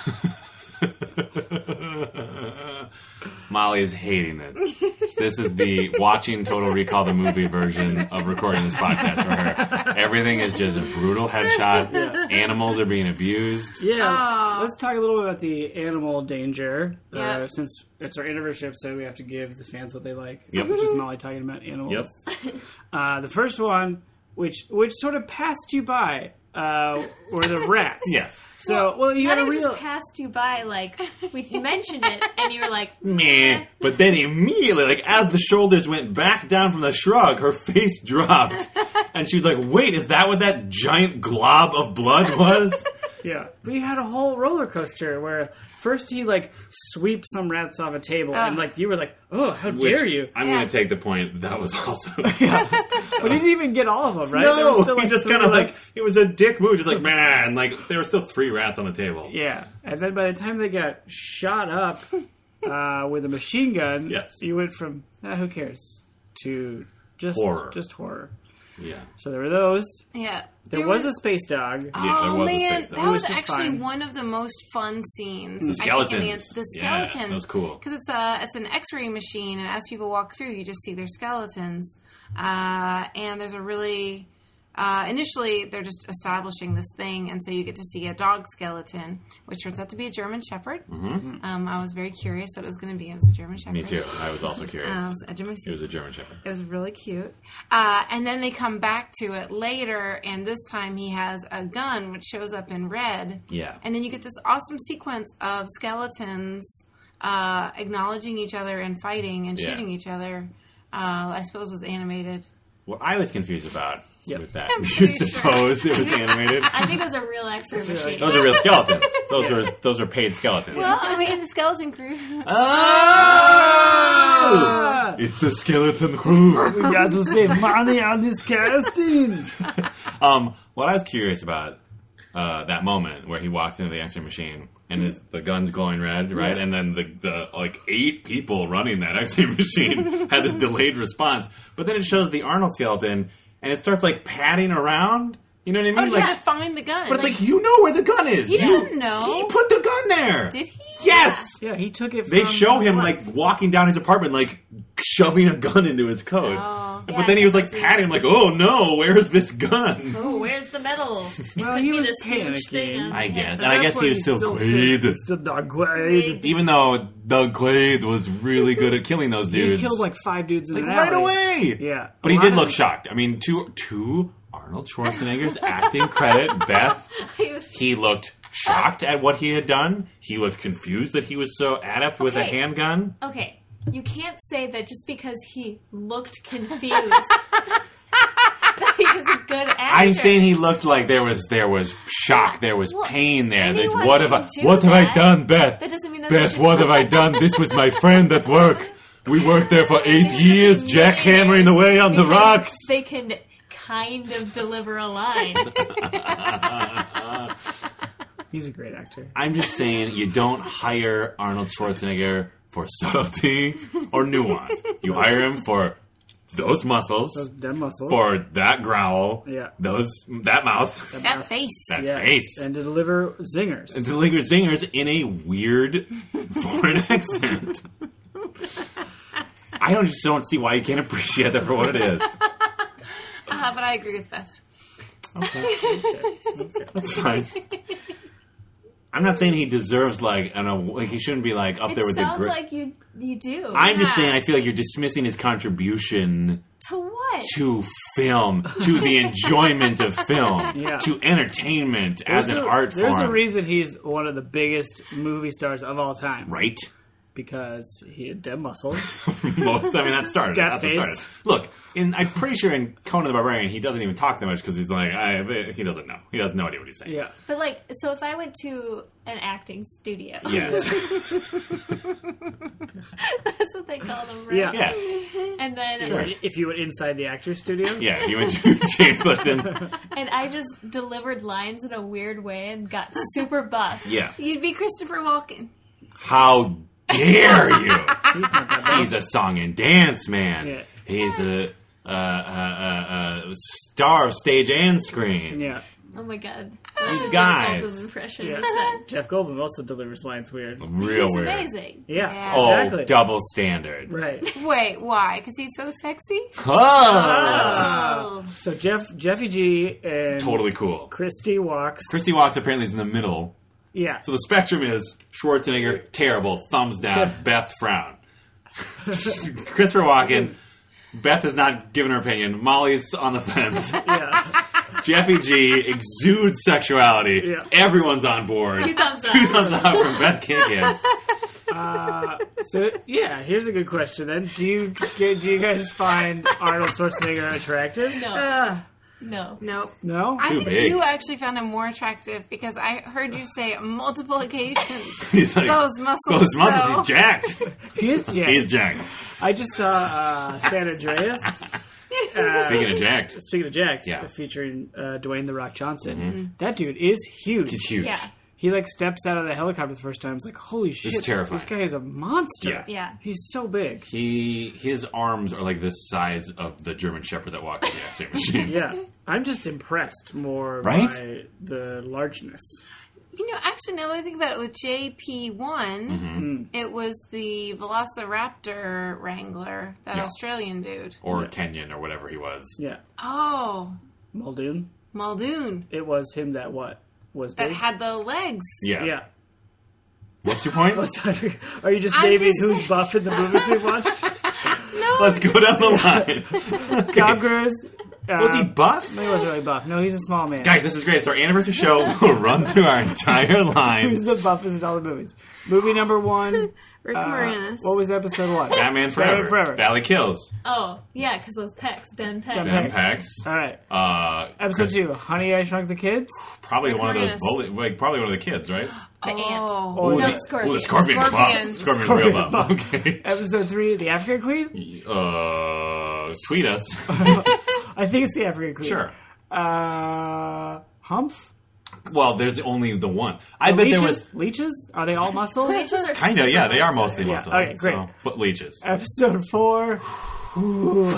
Molly is hating this. This is the watching Total Recall the movie version of recording this podcast for her. Everything is just a brutal headshot. Animals are being abused. Yeah, Aw. let's talk a little bit about the animal danger. Uh, Yeah. since it's our anniversary episode, we have to give the fans what they like, Yep. which is Molly talking about animals. Uh, the first one, which which sort of passed you by, uh, were the rats. Yes. So, well, you had Not a even real. just passed you by, like we mentioned it, and you were [LAUGHS] like, Meh. But then immediately, like as the shoulders went back down from the shrug, her face dropped, and she was like, "Wait, is that what that giant glob of blood was?" Yeah, but you had a whole roller coaster where first he like sweeps some rats off a table, and Ugh. like you were like, "Oh, how Which, dare you!" I'm Yeah. gonna take the point. That was also. [LAUGHS] But he didn't even get all of them, right? There was No, still, he like, just three kind of left. like it was a dick move, just like man, like there were still three rats on the table. Yeah, and then by the time they got shot [LAUGHS] up uh, with a machine gun, Yes. you went from ah, who cares to just Horror. just horror. yeah, So there were those. Yeah. There, was a space dog. Yeah, there oh was a man, space dog. It that was was, just actually fine. one of the most fun scenes. The I think in skeletons. the, the Yeah, that skeletons. was cool. because it's a it's an X-ray machine, and as people walk through, you just see their skeletons. Uh, and there's a really uh, initially they're just establishing this thing, and so you get to see a dog skeleton, which turns out to be a German Shepherd. Um, I was very curious what it was going to be. It was a German Shepherd. Mm-hmm. me too. I was also curious. I was edge of my it seat. was a German Shepherd. It was really cute. Uh, and then they come back to it later, and this time he has a gun, which shows up in red. Yeah. And then you get this awesome sequence of skeletons uh, acknowledging each other and fighting and Yeah. shooting each other. Uh, I suppose was animated. What I was confused about Yep. with that, [LAUGHS] I'm you pretty sure. suppose it [LAUGHS] was animated? I think it was a real X-ray machine. Those are real skeletons. Those were those were paid skeletons. Well, I mean, the skeleton [LAUGHS] crew. Oh! Ah, It's the skeleton crew. we [LAUGHS] got to save money on this casting. [LAUGHS] um, what I was curious about uh, that moment where he walks into the X-ray machine and his, the gun's glowing red, right? And then the, the like eight people running that [LAUGHS] X-ray machine had this delayed response, but then it shows the Arnold skeleton and it starts like padding around. You know what I mean? Oh, trying like, to find the gun. but it's like you know where the gun is. He You- doesn't know. He put the gun there. did he? Yes. Yeah, he took it. They from show him someone. like walking down his apartment, like shoving a gun into his coat. Oh. but Yeah, then he I was think like that's Oh, patting him, like, "Oh no, where's this gun?" Ooh, where's the [LAUGHS] metal? It Well, could he be was this huge thing. panicking. on I the guess, head. and I That's gues what he was he still still Quaid, Still dog Quaid. even though Doug Quaid was really good at killing those He dudes. killed like five dudes in Like, an right alley. away. Yeah. but A he lot did of- look shocked. I mean, two two Arnold Schwarzenegger's acting credit, Beth. [LAUGHS] He was- He looked shocked at what he had done. He looked confused that he was so adept with a Okay. handgun. Okay, you can't say that just because he looked confused [LAUGHS] that he was a good actor. I'm saying he looked like there was there was shock, there was Well, pain there. There's, anyone what have I can do what have I that. done, Beth? That doesn't mean that Beth, they what should- [LAUGHS] have I done? This was my friend at work. We worked there for eight They should years, be jackhammering millionaires away on the because rocks. They can kind of deliver a line. He's a great actor. I'm just saying you don't hire Arnold Schwarzenegger for subtlety or nuance. You hire him for those muscles Those dumb muscles. for that growl, Yeah. those that mouth, That face. that yeah, face, and to deliver zingers. and to linger zingers in a weird [LAUGHS] foreign accent. I don't just don't see why you can't appreciate that for what it is. Ah, but I agree with Beth. That's fine. I'm not saying he deserves like an aw- like he shouldn't be like up It there with the sounds gri- like you you do. I'm just Yeah. saying I feel like you're dismissing his contribution to what? to film, [LAUGHS] to the enjoyment of film, Yeah. to entertainment as an There's a- art There's form. a reason he's one of the biggest movie stars of all time. right? Because he had dead muscles. Most, I mean, that started. it. That That's what started. face. it. Look, in, I'm pretty sure in Conan the Barbarian, he doesn't even talk that much because he's like, I, he doesn't know. He doesn't know what he's saying. [LAUGHS] yeah. But like, so if I went to an acting studio, [LAUGHS] [LAUGHS] Yes. that's what they call them, right? Yeah. yeah. And then, Sure. If you went inside the actor's studio. Yeah. If you went to [LAUGHS] James Lipton, and I just delivered lines in a weird way and got super buff. yeah. You'd be Christopher Walken. How dare He's you? not that bad. He's a song and dance man. Yeah. He's a, uh, uh, uh, uh, star of stage and screen. [LAUGHS] Yeah. Oh my god, those You are guys. Jeff Goldblum impressions. Yeah. That, Jeff Goldblum also delivers lines weird. Real it's weird. amazing. Yeah. Yeah. Um, Oh, Exactly. double standard. Right. Wait, why? Because he's so sexy? Huh. Uh. Oh. So Jeff, Jeffy G, and Totally cool. Christy walks. Christy Walks apparently is in the middle. yeah. So the spectrum is Schwarzenegger, terrible, thumbs down, Beth frown. [LAUGHS] Christopher Walken, Beth has not given her opinion. Molly's on [LAUGHS] the [LAUGHS] fence. yeah. Jeffy G exudes sexuality. Yeah. Everyone's on board. Two thumbs [LAUGHS] Two up. thumbs up from Beth Kinkins. So yeah, here's a good question then. Do you do you guys find Arnold Schwarzenegger attractive? No, Ugh. no. Nope. No. I Too think big. you actually found him more attractive because I heard you say on multiple [LAUGHS] occasions [LAUGHS] He's like, those muscles. those muscles, though. he's jacked. He is jacked. He's jacked. I just saw uh, San Andreas. [LAUGHS] Uh, Speaking of jacked, Speaking of Jax, Yeah. Mm-hmm. featuring uh, Dwayne the Rock Johnson, that dude is huge. he's huge. Yeah, He like steps out of the helicopter the first time. It's like, holy shit! terrifying. This guy is a monster. Yeah. Yeah. He's so big. He his arms are like the size of the German Shepherd that walked in the gas [LAUGHS] machine. Yeah, I'm just impressed more Right? by the largeness. You know, actually, now that I think about it, with JP1, it was the Velociraptor Wrangler, that Yeah. Australian dude. Or Kenyan or whatever he was. Yeah, Oh, Muldoon. Muldoon, It was him that what was that big. had the legs. Yeah. yeah. [LAUGHS] What's your point? Let's, Are you just I'm naming just- who's buff in the movies we've [LAUGHS] watched? No, [LAUGHS] go down the line. Tom Cruise. Uh, [LAUGHS] Was he buff? he wasn't really buff. No, he's a small man. Guys, this is great. It's our anniversary show. [LAUGHS] We'll run through our entire Who's line. the buffest in all the movies? Movie number one. Rick uh, Moranis. what was episode one? Batman Forever. Forever. Valley Kills. Oh, yeah, because those pecs, Ben Peck. Ben Pecs. Ben Pax. all right. Uh, Episode two, Honey, I Shrunk the Kids. probably one of those Moranis. bully, like probably one of the kids, right? The ant. oh. Or Ooh, the- No, the, Scorpion. Ooh, the scorpion. is Scorpion. buff. Scorpion's real Scorpion buff. buff. Okay. Episode three, The African Queen. Uh, tweet us. [LAUGHS] I think it's The African Queen. sure. Uh, Humph. Well, there's only the one. I bet leeches. there was leeches. Are they all muscle? [LAUGHS] Leeches are kind of. super Yeah, they are muscular. mostly Yeah, muscle. okay, great. So, [LAUGHS] but leeches. [LAUGHS] Episode four. Ooh.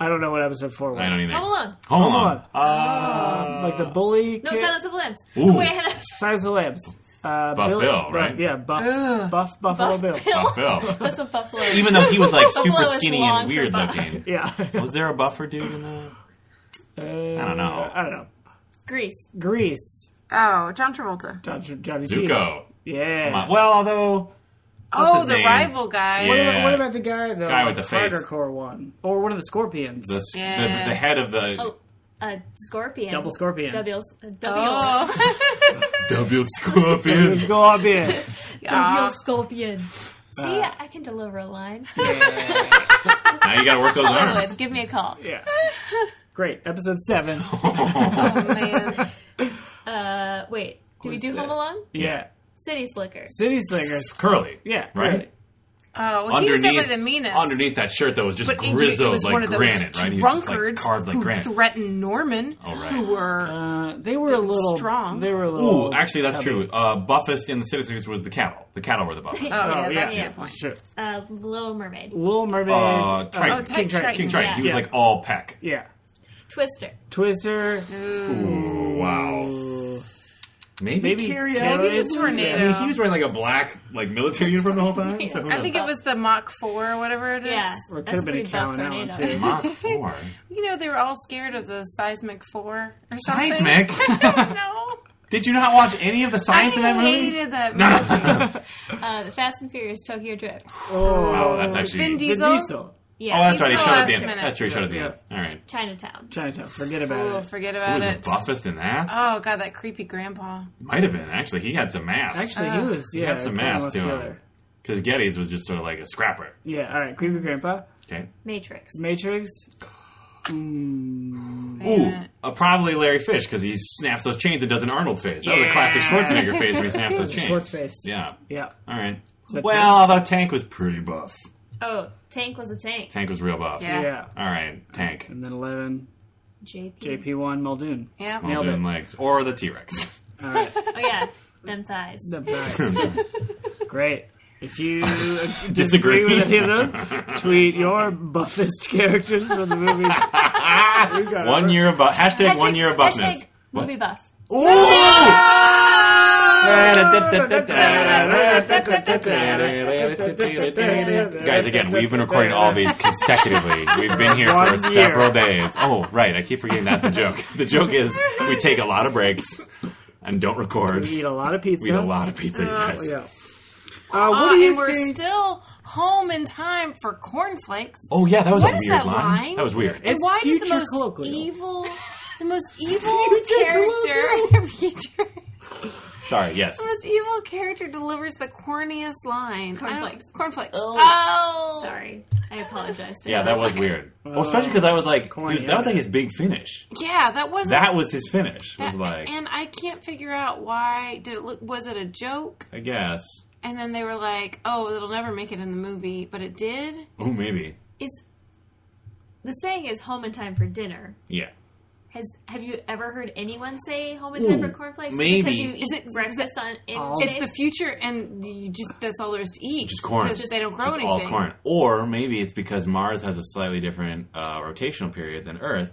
I don't know what episode four was. I don't either. Home Alone. Home Hold on. Alone. Um, like the bully. No, kid. Silence of the Lambs. Ooh. Oh, wait, I had Silence of the Lambs. Uh, Buff Bill, right? yeah, Buff, Buff Buffalo Buff Bill. Bill. Buff Bill. That's a buffalo. Even though he was [LAUGHS] like super Buffalo is skinny long and for weird buff. looking. [LAUGHS] Yeah. I Was there a buffer dude in the? don't know. Uh, I don't know. Greece. Greece. Oh, John Travolta. John, Johnny G. Zuko. Yeah. Uh, Well, although Oh, his the name? rival guy. What, Yeah. about, what about the guy, the Guy with the face. hardcore one, or one of the scorpions? the s- Yeah. the, the head of the Oh, a scorpion. Double scorpion. Double. Double. Oh, [LAUGHS] W scorpion. Scorpion. Double Ah. scorpion. See, I can deliver a line. [LAUGHS] now you got to work those Hollywood, arms. give me a call. yeah. Great. Episode [LAUGHS] seven. oh man. Uh, wait, did we was do that? Home Alone? Yeah. City Slickers. City Slingers. Curly. Yeah. Right? really. Oh, well, he was underneath, definitely the meanest. underneath that shirt though was just but it- it grizzled was like one of those granite, right? He was just, like, drunkards carved like who granite. threatened Norman, Oh, right. who were Uh, they were a little strong. They were a little. Ooh, actually, that's tubby. true. Uh, buffest in the Citizens was the cattle. The cattle were the buffest. [LAUGHS] Oh, yeah, that's yeah. a good point. Sure. Uh, Little Mermaid, Little Mermaid. Uh, Triton. Oh, Ti- King Triton. Triton. King Triton. He was Yeah. like all peck. Yeah. Twister. Twister. Ooh, wow. Ooh. Maybe, Maybe Carrie Maybe Elwes? the tornado. I mean, he was wearing like a black like military uniform the whole time. So who I think it was the Mach 4 or whatever it is. Yeah, Or it could that's have a been a pretty buff cow in that tornado. one, knows? too. Mach [LAUGHS] four. You know, they were all scared of the seismic 4 or something. [LAUGHS] Seismic. [LAUGHS] no. Did you not watch any of the I science in that movie? hated that movie. [LAUGHS] Uh, the Fast and Furious Tokyo Drift. Oh, Wow, that's actually. Vin Vin Diesel. Diesel. Yeah, oh, that's Diesel right. He shot at the last end. minute. That's true. He shot at the Yeah. end. All right. Chinatown. Chinatown. Forget about Oh, it. forget Who about was it. the buffest in that? Oh, God, that creepy grandpa. Might have been actually. He had some ass. Actually, Ah. he was. he Yeah, had some kinda ass was to him. thriller. Because Geddes was just sort of like a scrapper. Yeah. All right. Creepy Grandpa. Okay. Matrix. Matrix. Hmm. Ooh, Yeah. uh, probably Larry Fish because he snaps those chains and does an Arnold face. That was a classic Yeah. Schwarzenegger face when he [LAUGHS] snaps those The chains. Schwartz face. Yeah. Yeah. All right. that well, although Tank was pretty buff. Oh, Tank was a tank. Tank was real buff. Yeah. Yeah. All right, Tank. And then eleven. JP. JP one Muldoon. Yeah. Well, Nailed doing it. legs or the T Rex. [LAUGHS] All right. Oh yeah, them thighs. The best. Great. If [LAUGHS] you Disagree. disagree with any of those, tweet your buffest characters from the movies. We got one it. year above. Hashtag, one year hashtag aboveness. Movie buff. Ooh! Guys, again, we've been recording all these consecutively. We've been here for One year. several days. Oh, right. I keep forgetting that's the joke. The joke is we take a lot of breaks and don't record. We We eat a lot of pizza. eat a lot of pizza, you guys. Oh, Yeah. Uh, what Oh, do you and we're think? still home in time for cornflakes. Oh, yeah, that was What a is weird that line. line? That was weird. It's and why does the future most colloquial. evil, [LAUGHS] the most evil character, future, Sorry, yes. the most evil character delivers the corniest line? I don't- Cornflakes. Cornflakes. Oh. Oh, Sorry, I apologize. To Yeah, you. that was weird. uh, Well, especially because that was like Corny, that was isn't like his big finish. Yeah, that wasn't. That was his finish. It was that- like and I can't figure out why. Did it look? Was it a joke? I guess. And then they were like, "Oh, it'll never make it in the movie," but it did. Oh, maybe. It's the saying is home in time for dinner. Yeah. Has have you ever heard anyone say home in time for Ooh, cornflakes? maybe. because you eat Is it- is breakfast on in all- It's the future, and you just—that's all there is to eat. Just corn. because they don't grow Just anything. all corn. Or maybe it's because Mars has a slightly different uh, rotational period than Earth.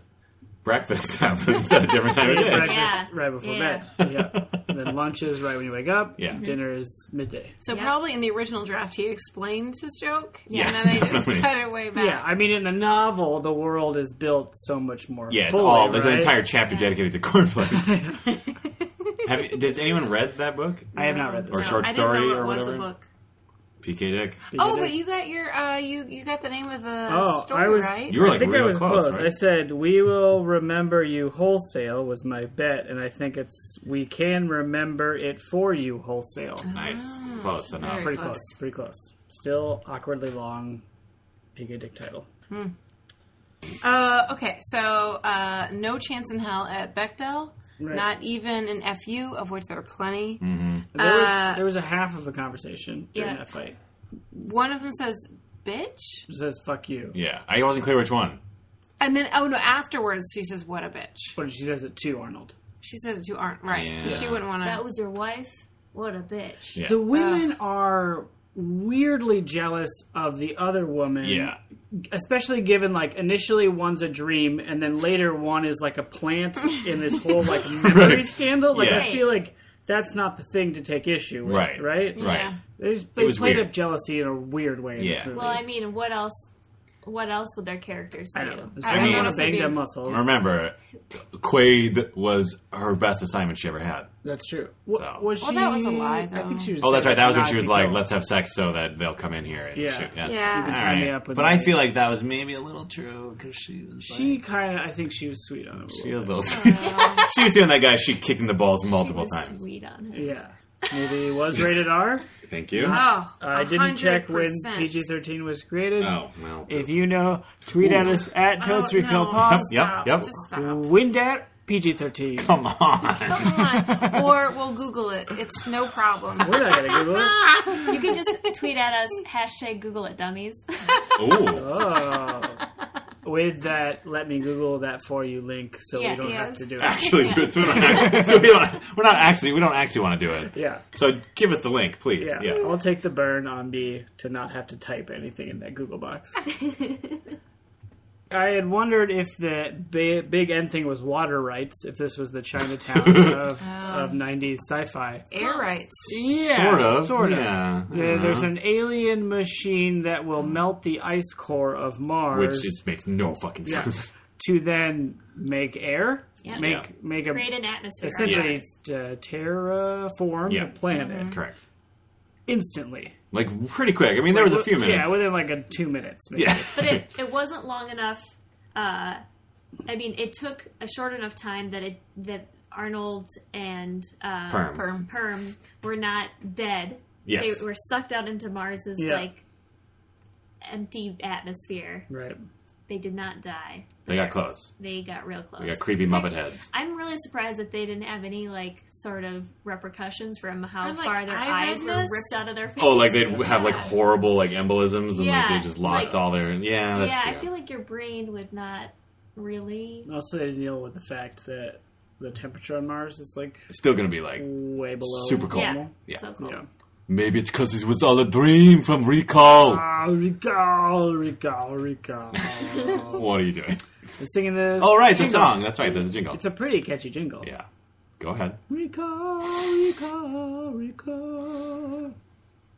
Breakfast [LAUGHS] happens at a different time of We eat day. breakfast right before Yeah. bed. Yeah. And then lunch is right when you wake up. Yeah. Dinner is midday. So Yeah. probably in the original draft, he explained his joke, Yeah, and [LAUGHS] then they definitely. just cut it way back. Yeah, I mean, in the novel, the world is built so much more. Yeah, it's fully, all. There's an right? entire chapter dedicated [LAUGHS] to cornflakes. Have you, does anyone read that book I have not read this. or short I didn't story know it or was whatever? a book. PK Dick. Oh, but you got your uh, you you got the name of the Oh, story I was- right. You were I like think real I was close. close. right? I said, "We will remember you wholesale" was my bet, and I think it's we can remember it for you wholesale. nice, close enough. very Pretty close. Pretty close. Still awkwardly long. PK Dick title. Uh, okay, so uh, no chance in hell at Bechdel. Right. Not even an FU, of which there were plenty. Mm. There was, Uh, there was a half of a conversation during Yeah. that fight. One of them says "bitch," It says "fuck you," Yeah, I wasn't clear which one. and then oh no, afterwards she says "what a bitch." but she says it to Arnold. She says it to Arn, right? 'cause Yeah. She wouldn't want That to. was your wife. What a bitch. Yeah. The women are weirdly jealous of the other woman. Yeah, especially given like initially one's a dream and then later one is like a plant in this whole [LAUGHS] like memory Right. scandal. Like Yeah. I feel like that's not the thing to take issue with, Right. right? right. Yeah. They, just- they was played weird. up jealousy in a weird way in Yeah. this movie. Well, I mean, what else? What else would their characters I do? don't know. This I- woman I mean- with banged up muscles. Remember, Quaid was her best assignment she ever had. That's true. Wa- So- Was she? Well, that was a lie, I think though. she was. Oh, that's right. That was when not she was like, controlled. "Let's have sex so that they'll come in here." And Yeah. shoot. Yes. Yeah. You can All tie me right. up with but I me. feel like that was maybe a little true because she was. She like- kind of. I think she was sweet on him. a she little was a little. [LAUGHS] she was doing that guy. She kicked him the balls She multiple was times. sweet on bit. him. Yeah. Maybe was [LAUGHS] rated R. Thank you. Oh, I didn't check when 100%. PG thirteen was created. Oh well. If you know, tweet at us at Oh, Toast Recall no. Pod. Yep, yep. Just stop. Win that PG thirteen. We're Come on. Come on. or we'll Google it. It's no problem. not gonna Google it. You can just tweet at us hashtag Google it dummies. [LAUGHS] Ooh. Oh. With that, let me Google that for you link, so Yeah. we don't have Yes. to do it. Actually, [LAUGHS] do it. So we don't, act- so we don't, we're not actually. We don't actually want to do it. Yeah. So give us the link, please. Yeah. Yeah. I'll take the burn on me to not have to type anything in that Google box. I had wondered if the ba- big end thing was water rights, if this was the [LAUGHS] Chinatown of, of 90s sci fi. Air rights. Yeah, Sort of. Sort of. Yeah. There- Uh-huh. There's an alien machine that will melt the ice core of Mars Which just makes no fucking Yeah. sense. to then make air, Yeah. make Yeah. make a Create an atmosphere. essentially Yeah. uh, terraform Yeah. the planet Correct. Mm-hmm. instantly. Like pretty quick. I mean, there was a few minutes. Yeah, within like a two minutes. Maybe. [LAUGHS] Yeah. But it, it wasn't long enough. Uh, I mean, it took a short enough time that it that Arnold and uh, Perm. Perm. Perm were not dead. Yes. They were sucked out into Mars's Yeah. like empty atmosphere. Right. They did not die. They got close. They got real close. They got creepy Muppet heads. I'm really surprised that they didn't have any like sort of repercussions from how Or, like, far their eye eyes were redness? ripped out of their face. Oh, like they'd have like horrible like embolisms and like Yeah. they just Like- lost all their. Yeah. That's yeah, true. I feel like your brain would not really. Also, they deal with the fact that the temperature on Mars is like it's still gonna be like way below super cold. Yeah, Yeah. so cool. Yeah. Maybe it's because it was all a dream from recall. [LAUGHS] Ah, recall, recall, [LAUGHS] recall. what are you doing? We're singing the. Oh, right, the jingle. song. That's right. There's a jingle. It's a pretty catchy jingle. yeah. Go ahead. Recall, recall, recall.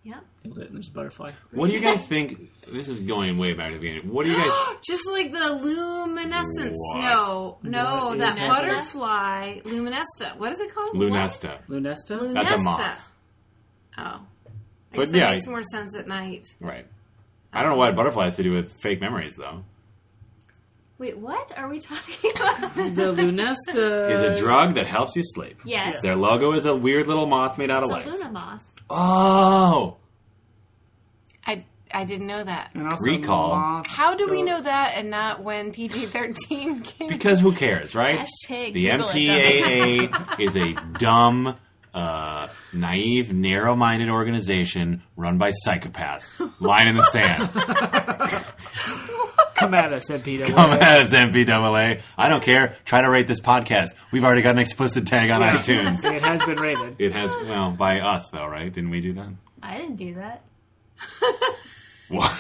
Yep. Nailed it. And there's a butterfly. What do you guys think? This is going way back to the beginning. What do you guys? [GASPS] [GASPS] Just like the luminescence. What? No, no, What that is that? butterfly luminesta. What is it called? Lunesta. Lunesta. What? Lunesta. That's a moth. Oh, I But guess that yeah, makes I- more sense at night. Right. I don't know what butterfly has to do with fake memories, though. Wait, what are we talking about? [LAUGHS] the Lunesta [LAUGHS] Is a Uh, drug that helps you sleep. yes, Their logo is a weird little moth made out of it's a lights. Luna moth. Oh, I I didn't know that. and also Recall. moths How do we go- know that and not when PG thirteen [LAUGHS] came? because who cares, right? Hashtag the Google it, [LAUGHS] MPAA is a dumb, uh, naive, narrow-minded organization run by psychopaths. Line in the [LAUGHS] sand. Come at us, MPW. [LAUGHS] Come at us, MPAA. I don't care. Try to rate this podcast. We've already got an explicit tag on iTunes. It has been rated. It has, well, by us though, right? Didn't we do that? I didn't do that. What?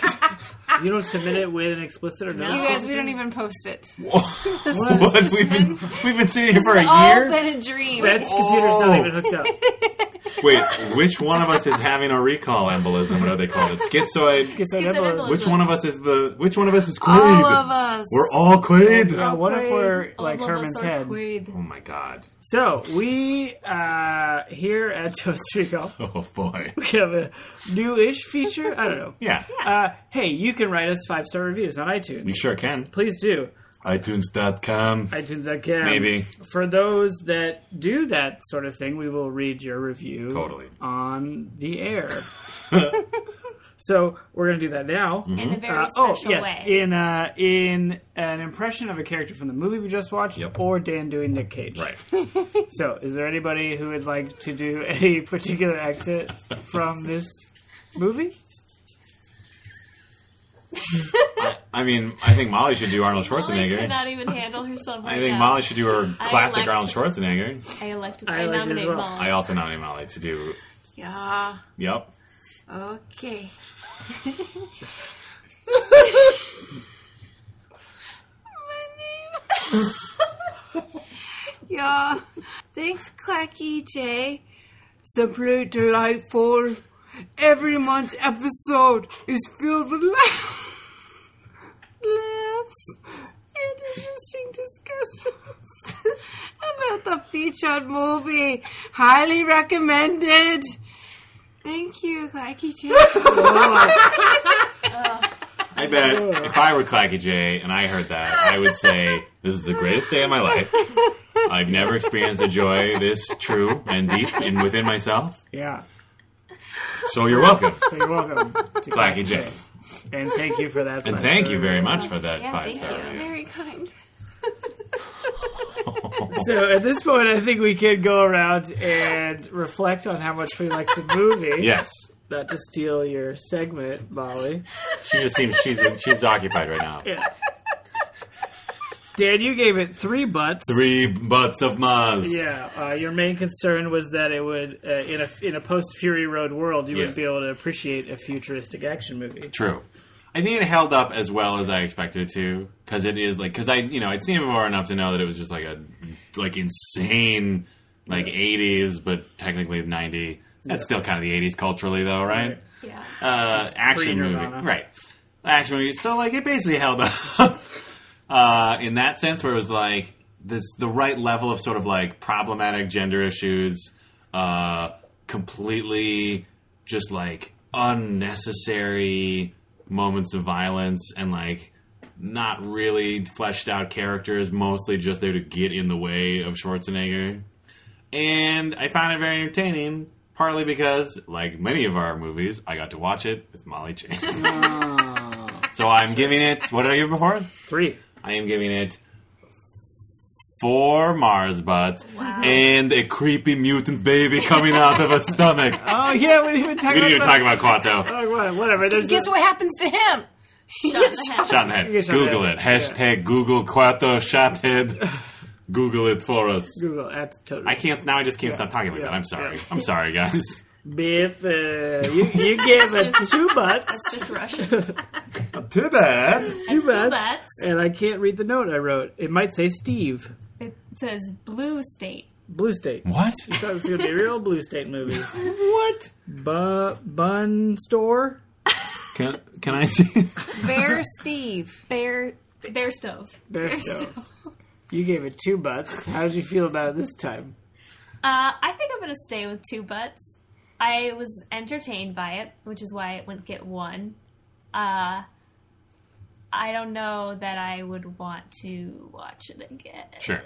You don't submit it with an explicit or no. you guys, we don't even post it. what? We've been [LAUGHS] we've been sitting here for a It's all year. been [LAUGHS] a dream. That's computer's not even hooked up. Wait, which one of us is having a recall embolism? What are they called? It schizoid. It's an It's an envelope. envelope. Which one of us is the? Which one of us is Quaid? all of us. We're all Quaid. Uh, what if we're like All of Herman's us are head? quid. Oh my god. So we uh, here at Toast Recall Oh boy. we have a new-ish feature. I don't know. Yeah. Uh, hey, you can write us five-star reviews on iTunes. We sure can. Please do. iTunes.com. iTunes.com. Maybe. For those that do that sort of thing, we will read your review Totally. Oh. on the [LAUGHS] air. so we're going to do that now. Mm. in a very Uh, oh special yes, way. in uh, in an impression of a character from the movie we just watched, Yep. or Dan doing Nick Cage. Right. So, is there anybody who would like to do any [LAUGHS] particular exit from this [LAUGHS] movie? I, I mean, I think Molly should do Arnold Molly Schwarzenegger. could not even handle herself. [LAUGHS] I Right think now. Molly should do her I classic elect- Arnold Schwarzenegger. I elected. I I, elected as nominate well. Molly. I also nominate Molly to do. Yeah. Yep. [LAUGHS] Okay. My name. yeah. Thanks, Clacky J. Simply delightful. Every month's episode is filled with laugh- laughs and interesting discussions [LAUGHS] about the featured movie. Highly recommended. Thank you, Clacky J. I bet if I were Clacky J and I heard that, I would say, This is the greatest day of my life. I've never experienced a joy this true and deep and within myself. Yeah. So you're welcome, So you're welcome, to Clacky J. and thank you for that. And five-star thank you very review. much for that five thank star you. review. Very kind. So at this point, I think we can go around and reflect on how much we like the movie. yes. Not to steal your segment, Molly. She just seems she's she's occupied right now. Yeah. Dan, you gave it three butts. Three butts of Mars. Yeah, uh, your main concern was that it would, uh, in a in a post Fury Road world, you Yes. wouldn't be able to appreciate a futuristic action movie. True. I think it held up as well as I expected it to because it is like because I you know I'd seen it before enough to know that it was just like a like insane like eighties but technically ninety. That's Yeah. still kind of the eighties culturally though, right? Yeah. Uh, action movie, pre-Nirvana. right? Action movie. So like it basically held up [LAUGHS] uh, in that sense where it was like this the right level of sort of like problematic gender issues, uh, completely just like unnecessary moments of violence and like not really fleshed out characters, mostly just there to get in the way of Schwarzenegger. And I found it very entertaining, partly because, like many of our movies, I got to watch it with Molly [LAUGHS] Chase. so I'm giving it, what did I give it before? Three. I am giving it four Mars butts and a creepy mutant baby coming out [LAUGHS] of its stomach. Oh yeah, we didn't even talk We about didn't even that. talk about Quato. Oh, what- whatever. There's Guess a- what happens to him? He Shot in gets the shot. Shot in the Yeah, head. shot in the Google head. it. Hashtag Google Quato shot head. Google it for us. Google at totally. I can't, now I just can't stop talking about Yeah. that. I'm sorry. Yeah. I'm sorry, guys. Biff, uh, you, you gave it Just- two butts. That's just Russian. Too bad. Two butts. But And I can't read the note I wrote. It might say Steve. it says blue state. Blue State. What? thought it was going to be a real Blue State [LAUGHS] movie. what? Bu- bun store? Can, can I see? Bear Steve. Bear bear stove. Bear Stove. You gave it two butts. How did you feel about it this time? Uh, I think I'm gonna stay with two butts. I was entertained by it, which is why it wouldn't get one. Uh, I don't know that I would want to watch it again, Sure.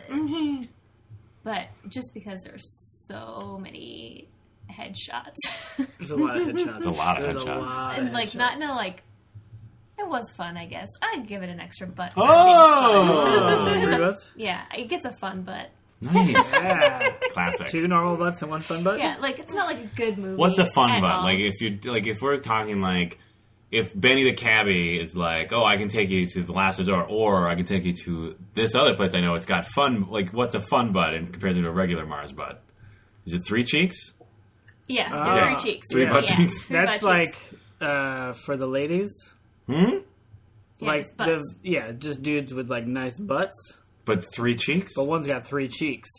but just because there's so many [LAUGHS] headshots, [LAUGHS] There's a lot of headshots. A lot of There's headshots. A lot of and like not headshots. no like. It was fun, I guess. I'd give it an extra butt. Oh! Three butts? Yeah, it gets a fun butt. [LAUGHS] Nice. Yeah. Classic. Two normal butts and one fun butt? Yeah, like it's not like a good movie. What's a fun at butt? all. Like if you like if we're talking like if Benny the cabbie is like, oh, I can take you to the last resort, or I can take you to this other place I know it's got fun. Like, what's a fun butt in comparison to a regular Mars butt? Is it three cheeks? yeah, Ah. three cheeks, Three yeah, butt yeah, cheeks. three That's butt like cheeks. uh, for the ladies. Yeah, like just butts. the yeah, just dudes with like nice butts. But three cheeks? But one's got three cheeks.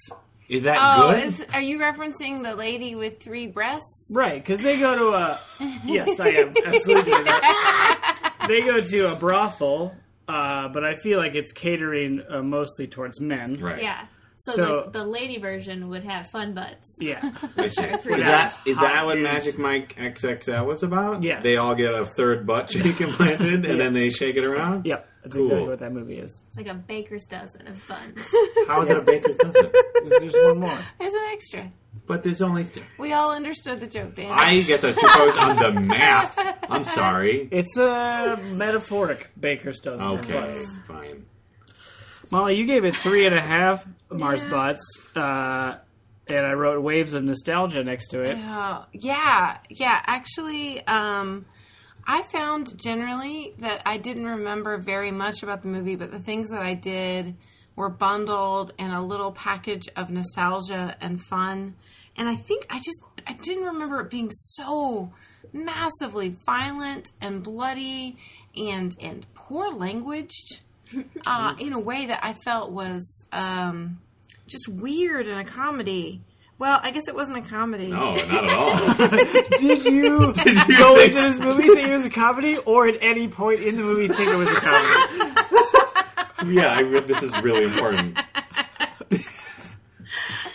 Is that Oh, good? is, are you referencing the lady with three breasts? Right, because they go to [LAUGHS] a yes, I am absolutely. doing that. [LAUGHS] They go to a brothel, uh, but I feel like it's catering uh, mostly towards men. Right. yeah. So, So- like the lady version would have fun butts. Yeah, Is three that is that Hot what dudes. Magic Mike XXL was about? Yeah. They all get a third butt cheek [LAUGHS] implanted and then they shake it around? yep. That's Cool. exactly what that movie is. Like a baker's dozen of buns. [LAUGHS] How is that a baker's dozen? [LAUGHS] There's just one more. There's an extra. But there's only three. We all understood the joke, Dan. I guess I was too focused on the math. I'm sorry. It's a metaphoric Baker's dozen. of Okay, butts. fine. Molly, you gave it three and a half Mars butts, uh, and I wrote waves of nostalgia next to [LAUGHS] it. Oh, yeah, yeah. Actually, um, I found generally that I didn't remember very much about the movie, but the things that I did were bundled in a little package of nostalgia and fun. And I think I just I didn't remember it being so massively violent and bloody and and poor languaged uh, in a way that I felt was um, just weird in a comedy. Well, I guess it wasn't a comedy. No, Oh, not at all. Did you you go think- into this movie thinking it was a comedy, or at any point in the movie think it was a comedy? [LAUGHS] yeah, I re- this is really important.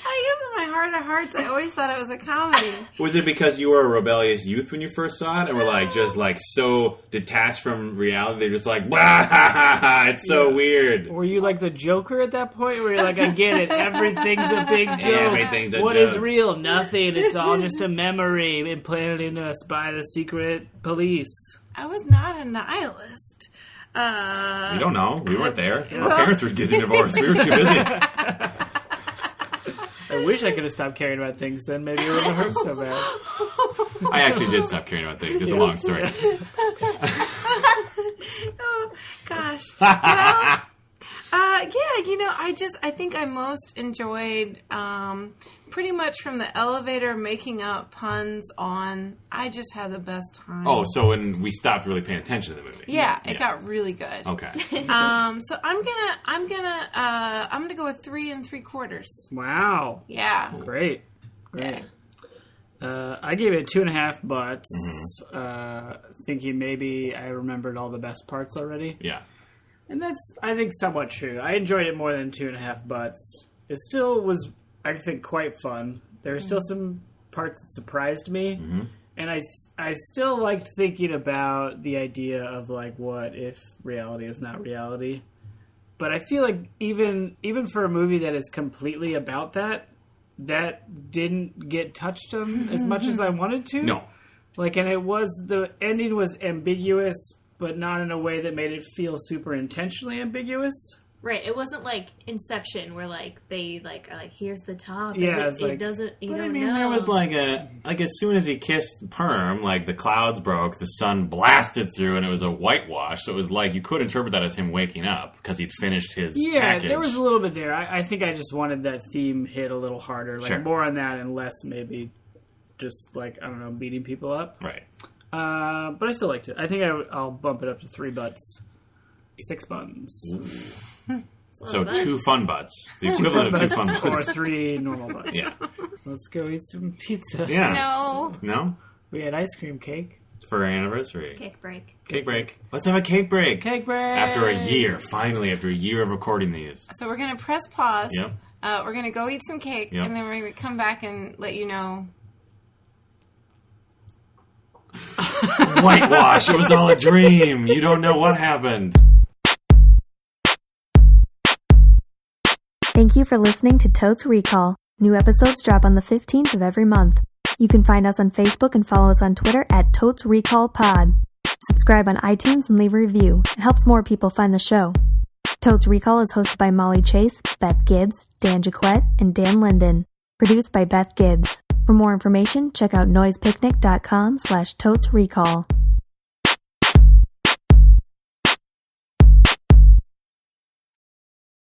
I guess in my heart of hearts, I always thought it was a comedy. Was it because you were a rebellious youth when you first saw it, and were like just like so detached from reality? They're just like, "Wah, ha, ha, ha, it's so weird. Were you like the Joker at that point, where you're like, I get it, everything's a [LAUGHS] big joke. Everything's a What is joke." real? Nothing. It's all just a memory implanted into us by the secret police. I was not a nihilist. Uh, [LAUGHS] You don't know. We weren't there. Our Well- [LAUGHS] parents were getting divorced. We were too busy. I wish I could have stopped caring about things. Then maybe it wouldn't hurt so bad. [LAUGHS] I actually did stop caring about things. It's a long story. oh gosh. You know, uh, yeah, you know, I just I think I most enjoyed um, pretty much from the elevator making up puns on. I just had the best time. Oh, so when we stopped really paying attention to the movie. yeah, it got really good. Okay. Um, so I'm gonna I'm gonna uh, I'm gonna go with three and three quarters. Wow, Yeah. great, Yeah. great. Uh, I gave it two and a half butts, Mm-hmm. uh, thinking maybe I remembered all the best parts already, Yeah. and that's I think somewhat true. I enjoyed it more than two and a half butts. It still was, I think, quite fun. There were still some parts that surprised me, and I s- I still liked thinking about the idea of like what if reality is not reality. But I feel like even even for a movie that is completely about that, that didn't get touched on as much as I wanted to. No. Like, and it was the ending was ambiguous, but not in a way that made it feel super intentionally ambiguous. Right. It wasn't like Inception, where like they like are like, here's the top. Yeah, It's it's like, like- it doesn't. You But don't I mean, know. there was like a like as soon as he kissed Perm, like the clouds broke, the sun blasted through, and it was a whitewash. So it was like you could interpret that as him waking up because he'd finished his Yeah, package. there was a little bit there. I, I think I just wanted that theme hit a little harder, like Sure. more on that and less maybe just like I don't know, beating people up. right. Uh, but I still liked it. I think I, will bump it up to three butts, six buns, So Well, two fun butts, the equivalent of two fun or butts. three normal butts. [LAUGHS] Yeah. Let's go eat some pizza. Yeah. No. No? We had ice cream cake. For our anniversary. Kick break. Cake break. Let's have a cake break. Cake break. After a year, finally, after a year of recording these. So we're gonna press pause. Yep. Uh, we're gonna go eat some cake, Yep. and then we're gonna come back and let you know. Whitewash. It was all a dream. You don't know what happened. Thank you for listening to Totes Recall. New episodes drop on the 15th of every month. You can find us on Facebook and follow us on Twitter at Totes Recall Pod. Subscribe on iTunes and leave a review. It helps more people find the show. Totes Recall is hosted by Molly Chase, Beth Gibbs, Dan Jaquette, and Dan Linden. Produced by Beth Gibbs. For more information, check out noisepicnic.com slash totes recall.